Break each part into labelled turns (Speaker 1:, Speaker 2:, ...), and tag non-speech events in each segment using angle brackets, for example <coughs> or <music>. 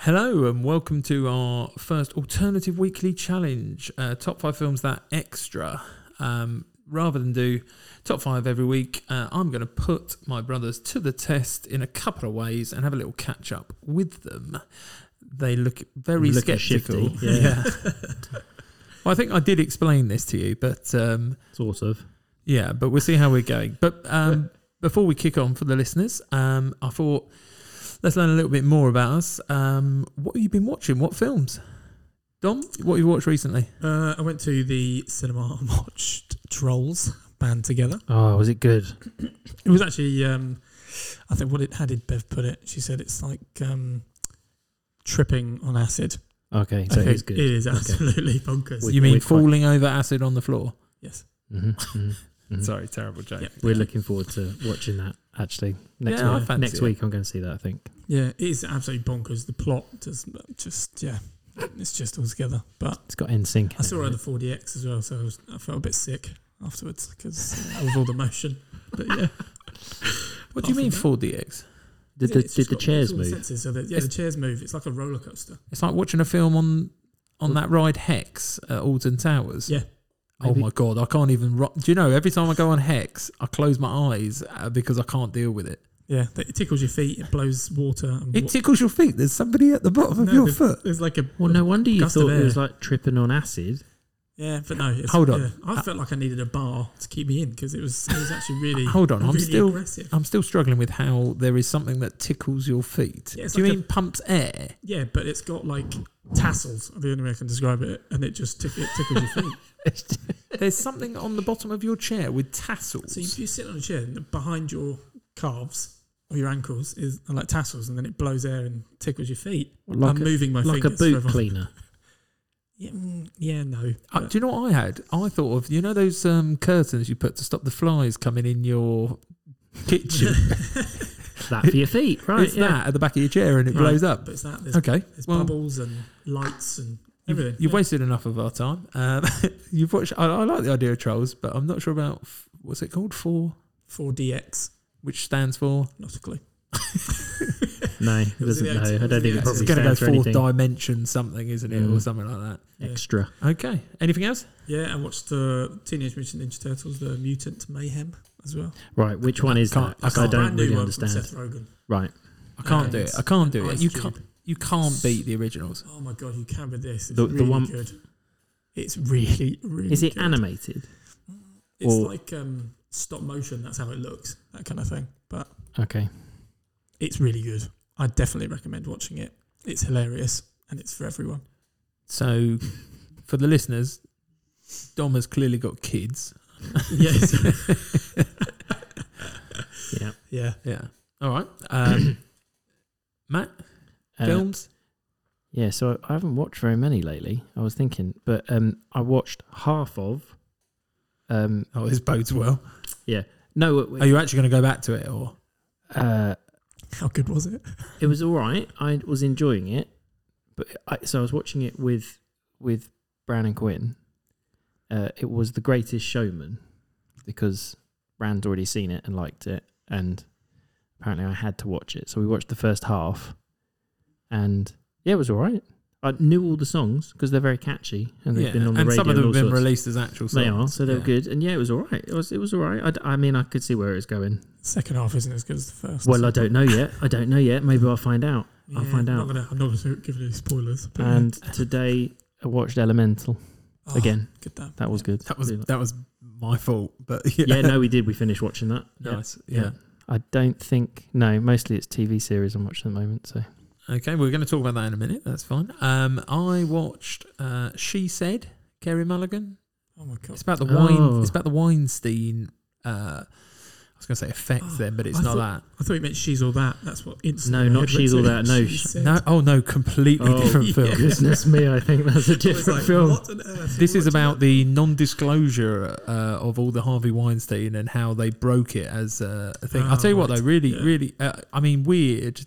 Speaker 1: Hello and welcome to our first alternative weekly challenge. Uh, top five films that extra. Um, rather than do top five every week, uh, I'm going to put my brothers to the test in a couple of ways and have a little catch up with them. They look very
Speaker 2: Looking
Speaker 1: skeptical.
Speaker 2: shifty, yeah.
Speaker 1: <laughs> well, I think I did explain this to you, but um,
Speaker 2: Sort of.
Speaker 1: yeah, but we'll see how we're going. But um, before we kick on for the listeners, um, I thought let's learn a little bit more about us. Um, what have you been watching? What films? Dom, what have you watched recently?
Speaker 3: Uh, I went to the cinema and <laughs> watched Trolls band together.
Speaker 2: Oh, was it good?
Speaker 3: It was actually, um, I think, what it how did Bev put it? She said it's like um, tripping on acid.
Speaker 2: Okay, so
Speaker 3: I
Speaker 2: it
Speaker 3: <laughs> think
Speaker 2: is good.
Speaker 3: It is absolutely <laughs> bonkers.
Speaker 2: We-
Speaker 1: you mean
Speaker 2: we're quite-
Speaker 1: falling over acid on the floor?
Speaker 3: yes.
Speaker 2: Mhm, mhm, mhm.
Speaker 1: Sorry, terrible joke.
Speaker 3: Mm-hmm. Yeah.
Speaker 2: We're looking forward to watching that. Actually, next
Speaker 1: Yeah, I
Speaker 2: week.
Speaker 1: fancy
Speaker 2: Next
Speaker 1: it.
Speaker 2: week, I'm going to see that. I think.
Speaker 3: Yeah, it is absolutely bonkers. The plot does just yeah, it's just all together. But
Speaker 2: It's got NSYNC.
Speaker 3: I saw it at the 4DX as well, so I, was, I felt a bit sick afterwards because of all the motion. But yeah,
Speaker 1: What do you
Speaker 3: Apart
Speaker 1: mean
Speaker 3: from
Speaker 1: 4DX?
Speaker 2: Did the,
Speaker 3: It's just
Speaker 2: did the
Speaker 3: got- it's
Speaker 2: chairs
Speaker 3: all the
Speaker 2: move?
Speaker 3: sensors, so that- yeah, the chairs move. It's like a roller coaster.
Speaker 1: It's like watching a film on on that ride Hex at Alton Towers.
Speaker 3: Yeah.
Speaker 1: Oh
Speaker 2: Maybe-
Speaker 1: my god, I can't even. Ro- do you know? Every time I go on Hex, I close my eyes uh, because I can't deal with it.
Speaker 3: Yeah, that- it tickles your feet. It blows water. And
Speaker 1: It
Speaker 3: wa-
Speaker 1: tickles your feet. There's somebody at the bottom of
Speaker 3: No,
Speaker 1: your
Speaker 3: there's-
Speaker 1: foot.
Speaker 3: There's like a
Speaker 2: Well, no wonder you
Speaker 3: Gust of
Speaker 2: thought it was
Speaker 3: air.
Speaker 2: like tripping on acid.
Speaker 3: Yeah, but no. It's,
Speaker 1: Hold on. Uh,
Speaker 3: yeah, I felt like I needed a bar to keep me in because it was it was actually
Speaker 1: <laughs>
Speaker 3: really.
Speaker 1: Hold on, I'm
Speaker 3: really
Speaker 1: still-
Speaker 3: aggressive.
Speaker 1: I'm still struggling with how there is something that tickles your feet.
Speaker 3: Yeah, it's
Speaker 1: Do you
Speaker 3: like a-
Speaker 1: mean pumps air?
Speaker 3: Yeah, but it's got like tassels. The only way I can describe it, and it just tick, it tickles
Speaker 1: <laughs>
Speaker 3: your feet.
Speaker 1: There's something on the bottom of your chair with tassels.
Speaker 3: So if you sit on a chair and behind your calves or your ankles is are like tassels, and then it blows air and tickles your feet.
Speaker 2: Like
Speaker 1: Um,
Speaker 3: I'm
Speaker 2: a,
Speaker 3: moving my
Speaker 2: like a
Speaker 3: fingers.
Speaker 2: boot
Speaker 3: forever.
Speaker 2: cleaner.
Speaker 3: Yeah, mm, yeah, no.
Speaker 1: Uh,
Speaker 3: but-
Speaker 1: do you know what I had? I thought of you know those um, curtains you put to stop the flies coming in your kitchen.
Speaker 3: <laughs>
Speaker 2: That for your feet, right?
Speaker 1: it's that at the back of your chair and it
Speaker 3: Right.
Speaker 1: blows up.
Speaker 3: but it's that. There's,
Speaker 1: Okay,
Speaker 3: there's
Speaker 1: well,
Speaker 3: bubbles and lights and
Speaker 1: you've,
Speaker 3: everything.
Speaker 1: you've
Speaker 3: yeah.
Speaker 1: wasted enough of our time. Um, <laughs> you've watched. I, I like the idea of trolls, but I'm not sure about f- what's it called for,
Speaker 3: 4DX,
Speaker 1: which stands for.
Speaker 3: not a clue.
Speaker 2: No, it
Speaker 3: was
Speaker 2: doesn't
Speaker 3: the
Speaker 2: know.
Speaker 3: accident.
Speaker 2: I
Speaker 3: It was
Speaker 2: don't think
Speaker 3: the
Speaker 2: it
Speaker 1: It's going to
Speaker 2: probably
Speaker 1: go
Speaker 2: stands for
Speaker 1: fourth
Speaker 2: anything
Speaker 1: dimension something, isn't it, or
Speaker 2: Mm.
Speaker 1: something like
Speaker 2: extra.
Speaker 1: that? Okay. Anything else?
Speaker 3: Yeah, I watched the Teenage Mutant Ninja Turtles, the Mutant Mayhem as well.
Speaker 2: Right, which one is
Speaker 1: Can't-
Speaker 2: that?
Speaker 1: I
Speaker 2: I,
Speaker 1: can't-
Speaker 2: don't really
Speaker 3: from Seth
Speaker 2: understand.
Speaker 3: Rogen.
Speaker 2: Right,
Speaker 1: I can't do
Speaker 3: Okay.
Speaker 1: it. I can't do it.
Speaker 3: Ice
Speaker 1: You
Speaker 3: Cube.
Speaker 1: can't. You can't beat the originals.
Speaker 3: Oh my god, you can with this. It's
Speaker 2: The- the
Speaker 3: really
Speaker 2: one-
Speaker 3: good. It's really, really.
Speaker 2: is it
Speaker 3: good.
Speaker 2: animated?
Speaker 3: It's
Speaker 2: or-
Speaker 3: like um, stop motion. That's how it looks. That kind of thing. But
Speaker 2: Okay,
Speaker 3: it's really good. I definitely recommend watching it. It's hilarious and it's for
Speaker 2: <laughs>
Speaker 3: everyone. <laughs>
Speaker 1: So, for the listeners, Dom has clearly got kids.
Speaker 3: yes.
Speaker 2: yeah.
Speaker 3: Yeah.
Speaker 1: Yeah. All
Speaker 2: <clears throat>
Speaker 1: right. Um, Matt,
Speaker 2: Uh,
Speaker 1: films.
Speaker 2: Yeah, so I haven't watched very many lately. I was thinking, but um, I watched half of. Um,
Speaker 1: Oh, this bodes well.
Speaker 2: no,
Speaker 1: Are
Speaker 2: it,
Speaker 1: you actually going to go back to it, or
Speaker 2: uh,
Speaker 3: How good was it?
Speaker 2: it was all right. I was enjoying it, but I, so I was watching it with with Brown and Quinn. Uh, it was The Greatest Showman because Brown's already seen it and liked it, and apparently I had to watch it. So we watched the first half, and yeah, it was all right. I knew all the songs because they're very catchy and they've been on the
Speaker 1: and
Speaker 2: radio.
Speaker 1: some of them
Speaker 2: and all
Speaker 1: have been
Speaker 2: sorts.
Speaker 1: released as actual songs.
Speaker 2: They are, so they're
Speaker 1: Yeah.
Speaker 2: good, and yeah, it was all right. It was, it was all right. I d- I, mean, I could see where it was going.
Speaker 3: Second half isn't as good as the first.
Speaker 2: Well, I don't know yet. I don't know yet. Maybe I'll find out. I'll
Speaker 3: Yeah,
Speaker 2: find
Speaker 3: I'm
Speaker 2: out.
Speaker 3: not gonna, I'm not going to give any spoilers. but yeah.
Speaker 2: And today I watched Elemental
Speaker 3: Oh,
Speaker 2: again.
Speaker 3: Good that.
Speaker 2: That was good.
Speaker 1: That was
Speaker 2: Really like-
Speaker 1: that was my fault, but <laughs> yeah,
Speaker 2: yeah. No, we did. We finished watching that. Yeah.
Speaker 1: nice. Yeah.
Speaker 2: I don't think. No, mostly it's TV series I'm watching at the moment. So
Speaker 1: Okay, we're going to talk about that in a minute. That's fine. Um, I watched uh, She Said, Kerry Mulligan.
Speaker 3: Oh my god.
Speaker 1: It's about the wine.
Speaker 2: Oh.
Speaker 1: It's about the Weinstein. Uh, I was going to say effects
Speaker 3: Oh,
Speaker 1: then, but it's
Speaker 3: I
Speaker 1: not
Speaker 3: I thought you meant she's all that. That's what instantly.
Speaker 2: No,
Speaker 3: I
Speaker 2: not
Speaker 3: had
Speaker 2: She's All
Speaker 3: written.
Speaker 2: That, no,
Speaker 3: She
Speaker 2: sh-
Speaker 1: that. <laughs>
Speaker 3: said-
Speaker 1: No. Oh no, completely
Speaker 2: Oh,
Speaker 1: different film.
Speaker 2: <laughs>
Speaker 3: yeah.
Speaker 2: goodness me, I think that's <laughs> a
Speaker 3: I was
Speaker 2: different
Speaker 3: like,
Speaker 2: film.
Speaker 3: What on earth?
Speaker 1: This
Speaker 3: What
Speaker 1: is
Speaker 3: did
Speaker 1: about the
Speaker 3: you-
Speaker 1: non-disclosure uh, of all the Harvey Weinstein and how they broke it as uh, a thing. I'll
Speaker 3: Ah,
Speaker 1: tell you what,
Speaker 3: right.
Speaker 1: though, really,
Speaker 3: Yeah.
Speaker 1: really, uh, I mean, weird.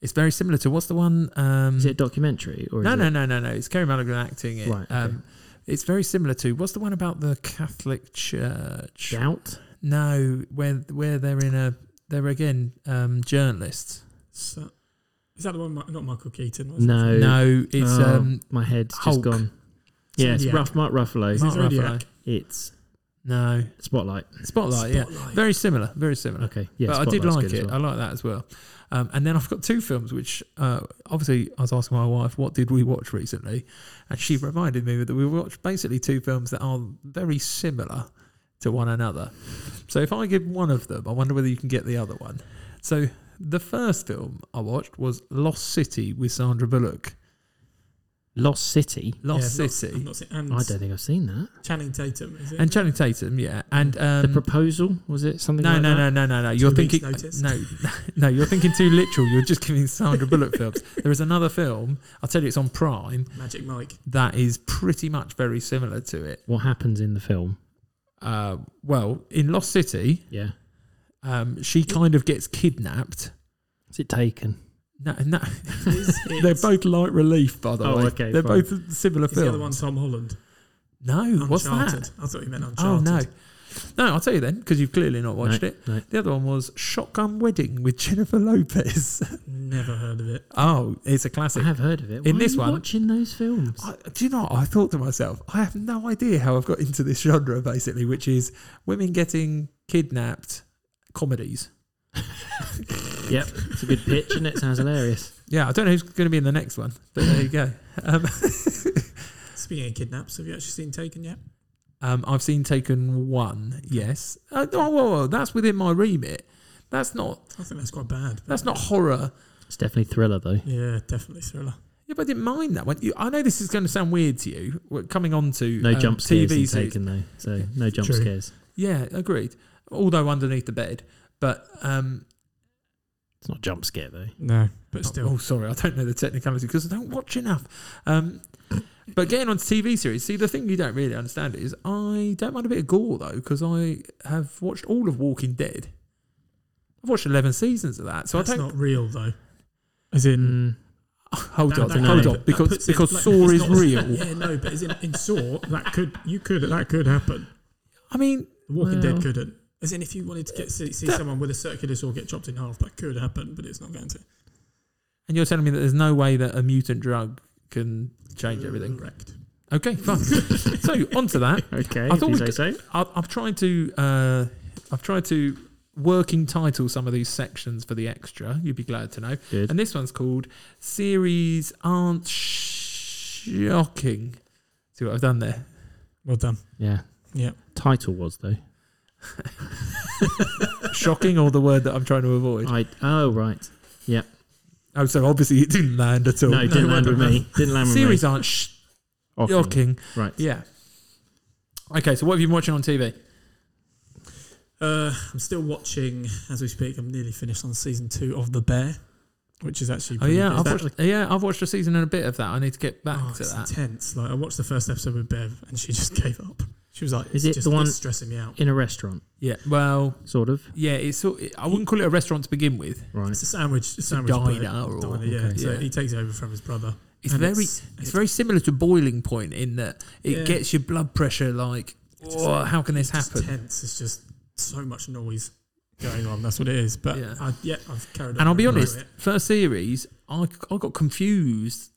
Speaker 1: It's very similar to what's the one? Um,
Speaker 2: Is it a documentary or
Speaker 1: no,
Speaker 2: is
Speaker 1: no,
Speaker 2: it,
Speaker 1: no, no, no. It's Kerry Mulligan acting it.
Speaker 2: Right, okay.
Speaker 1: Um, it's very similar to what's the one about the Catholic Church?
Speaker 2: Shout?
Speaker 1: No, where where they're in a they're again um, journalists.
Speaker 3: So- Is that the one? Mi- Not Michael Keaton. Was It?
Speaker 2: No,
Speaker 1: no, it's
Speaker 2: Oh,
Speaker 1: um,
Speaker 2: my head's
Speaker 1: Hulk.
Speaker 2: just gone. Yeah, it's
Speaker 3: Zodiac.
Speaker 2: Ruff, Mark Ruffalo.
Speaker 3: Is it
Speaker 1: Mark
Speaker 3: Zodiac?
Speaker 1: Ruffalo.
Speaker 2: It's
Speaker 1: No,
Speaker 2: Spotlight.
Speaker 1: Spotlight. Yeah,
Speaker 3: Spotlight.
Speaker 1: very similar. Very similar.
Speaker 2: Okay, yeah,
Speaker 1: but I did
Speaker 2: Spotlight's
Speaker 1: like
Speaker 2: good as
Speaker 1: it.
Speaker 2: well.
Speaker 1: I like that as well. Um, and then I've got two films, which uh, obviously I was asking my wife, what did we watch recently? And she reminded me that we watched basically two films that are very similar to one another. So if I give one of them, I wonder whether you can get the other one. So the first film I watched was Lost City with Sandra Bullock.
Speaker 2: Lost City.
Speaker 1: Lost
Speaker 3: Yeah, I've not-
Speaker 1: City.
Speaker 3: I've not seen- and
Speaker 2: I don't think I've seen that.
Speaker 3: Channing Tatum. Is it?
Speaker 1: and Channing Tatum, yeah. And um,
Speaker 2: the proposal was it something?
Speaker 1: No,
Speaker 2: like
Speaker 1: no,
Speaker 2: that?
Speaker 1: no, no, no, no. You're
Speaker 3: Two
Speaker 1: thinking
Speaker 3: weeks' notice.
Speaker 1: no, <laughs> no. You're thinking too literal. You're just giving Sandra Bullock films. There is another film. I'll tell you, it's on Prime.
Speaker 3: Magic Mike.
Speaker 1: <laughs> That is pretty much very similar to it.
Speaker 2: What happens in the film?
Speaker 1: Uh, well, in Lost City,
Speaker 2: Yeah,
Speaker 1: um, she kind of gets kidnapped.
Speaker 2: is it taken?
Speaker 1: No, no, <laughs>
Speaker 3: It is-
Speaker 1: they're
Speaker 3: it's-
Speaker 1: both light relief, by the
Speaker 2: Oh,
Speaker 1: way.
Speaker 2: okay,
Speaker 1: they're
Speaker 2: fine.
Speaker 1: both similar
Speaker 3: Is the other one
Speaker 1: films.
Speaker 3: Tom Holland?
Speaker 1: no, what's
Speaker 3: Uncharted.
Speaker 1: that?
Speaker 3: I thought you meant
Speaker 1: Oh
Speaker 3: Uncharted.
Speaker 1: no, no. I'll tell you then because you've clearly not watched it.
Speaker 2: No.
Speaker 1: The other one was Shotgun Wedding with Jennifer Lopez. <laughs>
Speaker 3: Never heard of it.
Speaker 1: oh, it's a classic.
Speaker 2: I have heard of it.
Speaker 1: in
Speaker 2: Why
Speaker 1: this
Speaker 2: are you
Speaker 1: one-
Speaker 2: watching those films.
Speaker 1: I, do you know? what? I thought to myself, I have no idea how I've got into this genre, basically, which is women getting kidnapped comedies.
Speaker 2: yep, it's a good pitch,
Speaker 1: <laughs>
Speaker 2: and it sounds hilarious.
Speaker 1: Yeah, I don't know who's going to be in the next one, but there you go. <laughs> Um,
Speaker 3: Speaking of kidnaps, have you actually seen Taken yet?
Speaker 1: um, I've seen Taken One. Yes. Uh, oh, whoa, whoa, that's within my remit. That's not.
Speaker 3: I think that's quite bad.
Speaker 1: That's not horror.
Speaker 2: It's definitely thriller though.
Speaker 3: Yeah, definitely thriller.
Speaker 1: Yeah, but I didn't mind that one. You, I know this is going to sound weird to you. We're coming on to
Speaker 2: No
Speaker 1: um,
Speaker 2: jump scares
Speaker 1: TV
Speaker 2: in
Speaker 1: series.
Speaker 2: Taken though, so no jump
Speaker 3: True.
Speaker 2: scares.
Speaker 1: Yeah, agreed. Although underneath the bed, but um,
Speaker 2: It's not jump scare though.
Speaker 3: No, but
Speaker 1: Oh,
Speaker 3: still.
Speaker 1: Oh, sorry, I don't know the technicality because I don't watch enough. Um, <coughs> but getting on to TV series, see, the thing you don't really understand is I don't mind a bit of gore though because I have watched all of Walking Dead. I've watched eleven seasons of that, so
Speaker 3: that's
Speaker 1: I don't
Speaker 3: not real though. As
Speaker 2: Mm,
Speaker 3: in,
Speaker 1: <laughs> hold
Speaker 3: that-
Speaker 1: on,
Speaker 3: that-
Speaker 1: hold
Speaker 2: no,
Speaker 1: on,
Speaker 3: that
Speaker 1: because
Speaker 3: puts it
Speaker 1: because
Speaker 3: like-
Speaker 1: Saw
Speaker 3: it's
Speaker 1: is
Speaker 3: not-
Speaker 1: real.
Speaker 3: Yeah, no, but as in, in Saw, that could you could that could happen.
Speaker 1: I mean,
Speaker 3: The Walking
Speaker 2: Well-
Speaker 3: Dead couldn't. As in, if you wanted to get see, see
Speaker 1: That-
Speaker 3: someone with a circular saw get chopped in half, that could happen, but it's not going to.
Speaker 1: and you're telling me that there's no way that a mutant drug can change everything.
Speaker 3: Correct.
Speaker 1: Okay,
Speaker 3: <laughs>
Speaker 1: fine. so onto that.
Speaker 2: okay,
Speaker 1: I
Speaker 2: if
Speaker 1: thought
Speaker 2: you
Speaker 1: we
Speaker 2: say
Speaker 1: could-
Speaker 2: so.
Speaker 1: I've, I've tried to uh, I've tried to working title some of these sections for the extra. You'd be glad to know.
Speaker 2: Good.
Speaker 1: And this one's called series aren't shocking. See what I've done
Speaker 2: <laughs>
Speaker 1: there?
Speaker 3: Well done.
Speaker 2: Yeah.
Speaker 3: Yeah.
Speaker 2: Title was though.
Speaker 1: shocking or the word that I'm trying to avoid?
Speaker 2: I oh right.
Speaker 1: Oh, so obviously it didn't land at all. <laughs>
Speaker 2: No, it didn't land with me. Didn't land with
Speaker 1: series
Speaker 2: me.
Speaker 1: aren't shocking.
Speaker 2: Okay. Right.
Speaker 1: Yeah. Okay, so what have you been watching on TV?
Speaker 3: Uh, I'm still watching as we speak. I'm nearly finished on season two of The Bear, which is actually
Speaker 1: Oh
Speaker 3: pretty
Speaker 1: yeah,
Speaker 3: good.
Speaker 1: I've watched, yeah, I've watched a season and a bit of that. I need to get back
Speaker 3: Oh,
Speaker 1: to
Speaker 3: it's
Speaker 1: that.
Speaker 3: intense. Like I watched the first episode with Bev, and she just <laughs> gave up. She was like,
Speaker 2: Is
Speaker 3: "It's
Speaker 2: it
Speaker 3: just,
Speaker 2: the one-
Speaker 3: it's stressing me out?"
Speaker 2: In a restaurant,
Speaker 1: Yeah, well,
Speaker 2: sort of.
Speaker 1: yeah, it's sort. I wouldn't call it a restaurant to begin with.
Speaker 2: Right.
Speaker 3: It's a sandwich, sandwich
Speaker 1: diner
Speaker 3: place.
Speaker 1: or-
Speaker 3: diner, yeah.
Speaker 1: okay.
Speaker 3: So
Speaker 1: Yeah.
Speaker 3: he takes it over from his brother.
Speaker 1: It's
Speaker 3: and
Speaker 1: very, it's,
Speaker 3: it's-
Speaker 1: very similar to boiling point in that it
Speaker 3: Yeah.
Speaker 1: gets your blood pressure like,
Speaker 3: It's
Speaker 1: "Oh, how can this
Speaker 3: It's
Speaker 1: happen?
Speaker 3: just tense. It's just so much noise going on. That's what it is. But
Speaker 1: Yeah.
Speaker 3: I, yeah, I've carried. on
Speaker 1: And I'll be
Speaker 3: with
Speaker 1: honest,
Speaker 3: it.
Speaker 1: first series, I, I got confused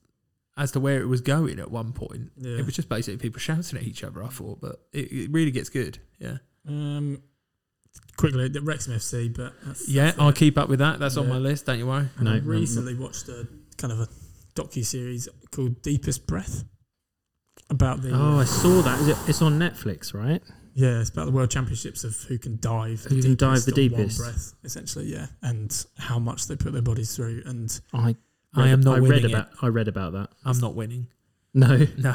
Speaker 1: as to where it was going at one point.
Speaker 3: Yeah.
Speaker 1: It was just basically people shouting at each other. I thought, but it, it really gets good. Yeah,
Speaker 3: Um, quickly, the Wrexham FC, but that's,
Speaker 1: yeah,
Speaker 3: that's it.
Speaker 1: I'll keep up with that. That's on
Speaker 3: Yeah.
Speaker 1: my list. Don't you worry.
Speaker 3: And
Speaker 2: No, no,
Speaker 3: I
Speaker 2: no.
Speaker 3: recently watched a kind of a docu series called Deepest Breath about the
Speaker 2: Oh, I saw that. Is it, it's on Netflix, right?
Speaker 3: yeah, it's about the World Championships of who can dive
Speaker 2: Who can dive the
Speaker 3: on one
Speaker 2: deepest.
Speaker 3: breath, essentially, yeah, and how much they put their bodies through. And
Speaker 2: I.
Speaker 1: I
Speaker 2: read-
Speaker 1: am not
Speaker 2: I read
Speaker 1: winning it.
Speaker 2: about. I read about that.
Speaker 1: I'm not winning. <laughs>
Speaker 2: No, <laughs>
Speaker 1: No,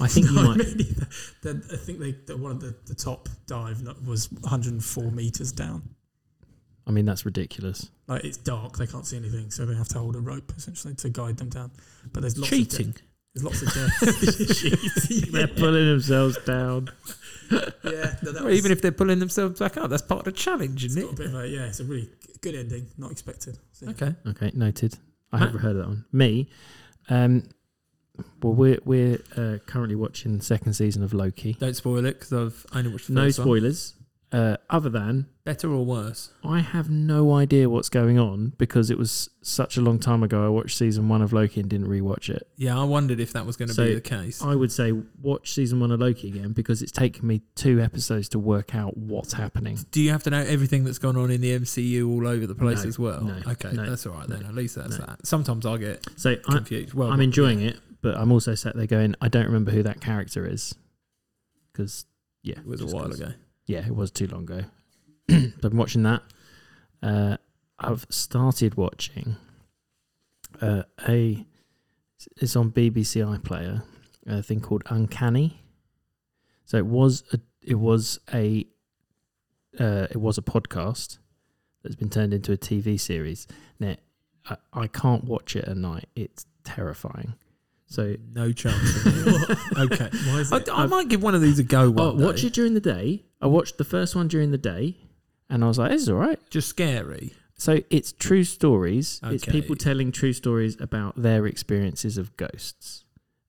Speaker 2: I think
Speaker 1: <laughs>
Speaker 2: you
Speaker 3: No,
Speaker 2: might.
Speaker 3: me neither. Then I think they the, one of the, the top dive not- was 104 meters down.
Speaker 2: I mean, that's ridiculous.
Speaker 3: Like it's dark, they can't see anything, so they have to hold a rope essentially to guide them down. But there's lots Of
Speaker 1: cheating.
Speaker 3: de- there's lots of
Speaker 2: <laughs>
Speaker 3: <laughs> deaths.
Speaker 2: They're pulling themselves down.
Speaker 3: Yeah, no, that
Speaker 1: Or
Speaker 3: was,
Speaker 1: even if they're pulling themselves back up, that's part of the challenge,
Speaker 3: it's
Speaker 1: isn't
Speaker 3: got a
Speaker 1: it?
Speaker 3: bit of a, yeah, it's a really g- good ending, not expected. So, yeah.
Speaker 1: Okay.
Speaker 2: Okay, noted. I
Speaker 1: Matt?
Speaker 2: haven't heard of that one. Me, um, well, we're we're uh, currently watching the second season of Loki.
Speaker 1: Don't spoil it because I've only watched the
Speaker 2: No
Speaker 1: first one.
Speaker 2: spoilers. Uh, other than
Speaker 1: Better or worse?
Speaker 2: I have no idea what's going on because it was such a long time ago. I watched season one of Loki and didn't rewatch it.
Speaker 1: Yeah, I wondered if that was going to
Speaker 2: So,
Speaker 1: be the case.
Speaker 2: I would say watch season one of Loki again because it's taken me two episodes to work out what's happening.
Speaker 1: Do you have to know everything that's gone on in the MCU all over the place
Speaker 2: No,
Speaker 1: as well?
Speaker 2: no,
Speaker 1: okay,
Speaker 2: no,
Speaker 1: that's all right then.
Speaker 2: no,
Speaker 1: At least that's
Speaker 2: no.
Speaker 1: that. Sometimes I get
Speaker 2: So I,
Speaker 1: confused. well,
Speaker 2: I'm enjoying it, but I'm also sat there going, I don't remember who that character is because yeah,
Speaker 1: It was a
Speaker 2: just
Speaker 1: while
Speaker 2: 'cause-
Speaker 1: ago.
Speaker 2: Yeah, it was too long ago. <clears throat> so I've been watching that. Uh, I've started watching uh, a. It's on BBC iPlayer. A thing called Uncanny. So it was a. It was a. Uh, it was a podcast that's been turned into a TV series. Now I, I can't watch it at night. It's terrifying. So
Speaker 1: No
Speaker 2: <laughs>
Speaker 1: chance. in hell. okay.
Speaker 3: Why is
Speaker 1: I,
Speaker 3: it?
Speaker 1: I might give one of these a go.
Speaker 2: oh,
Speaker 1: One day.
Speaker 2: watch it during the day. I watched the first one during the day, and I was like, "This is all right."
Speaker 1: Just scary.
Speaker 2: So it's true stories. It's
Speaker 1: Okay.
Speaker 2: people telling true stories about their experiences of ghosts.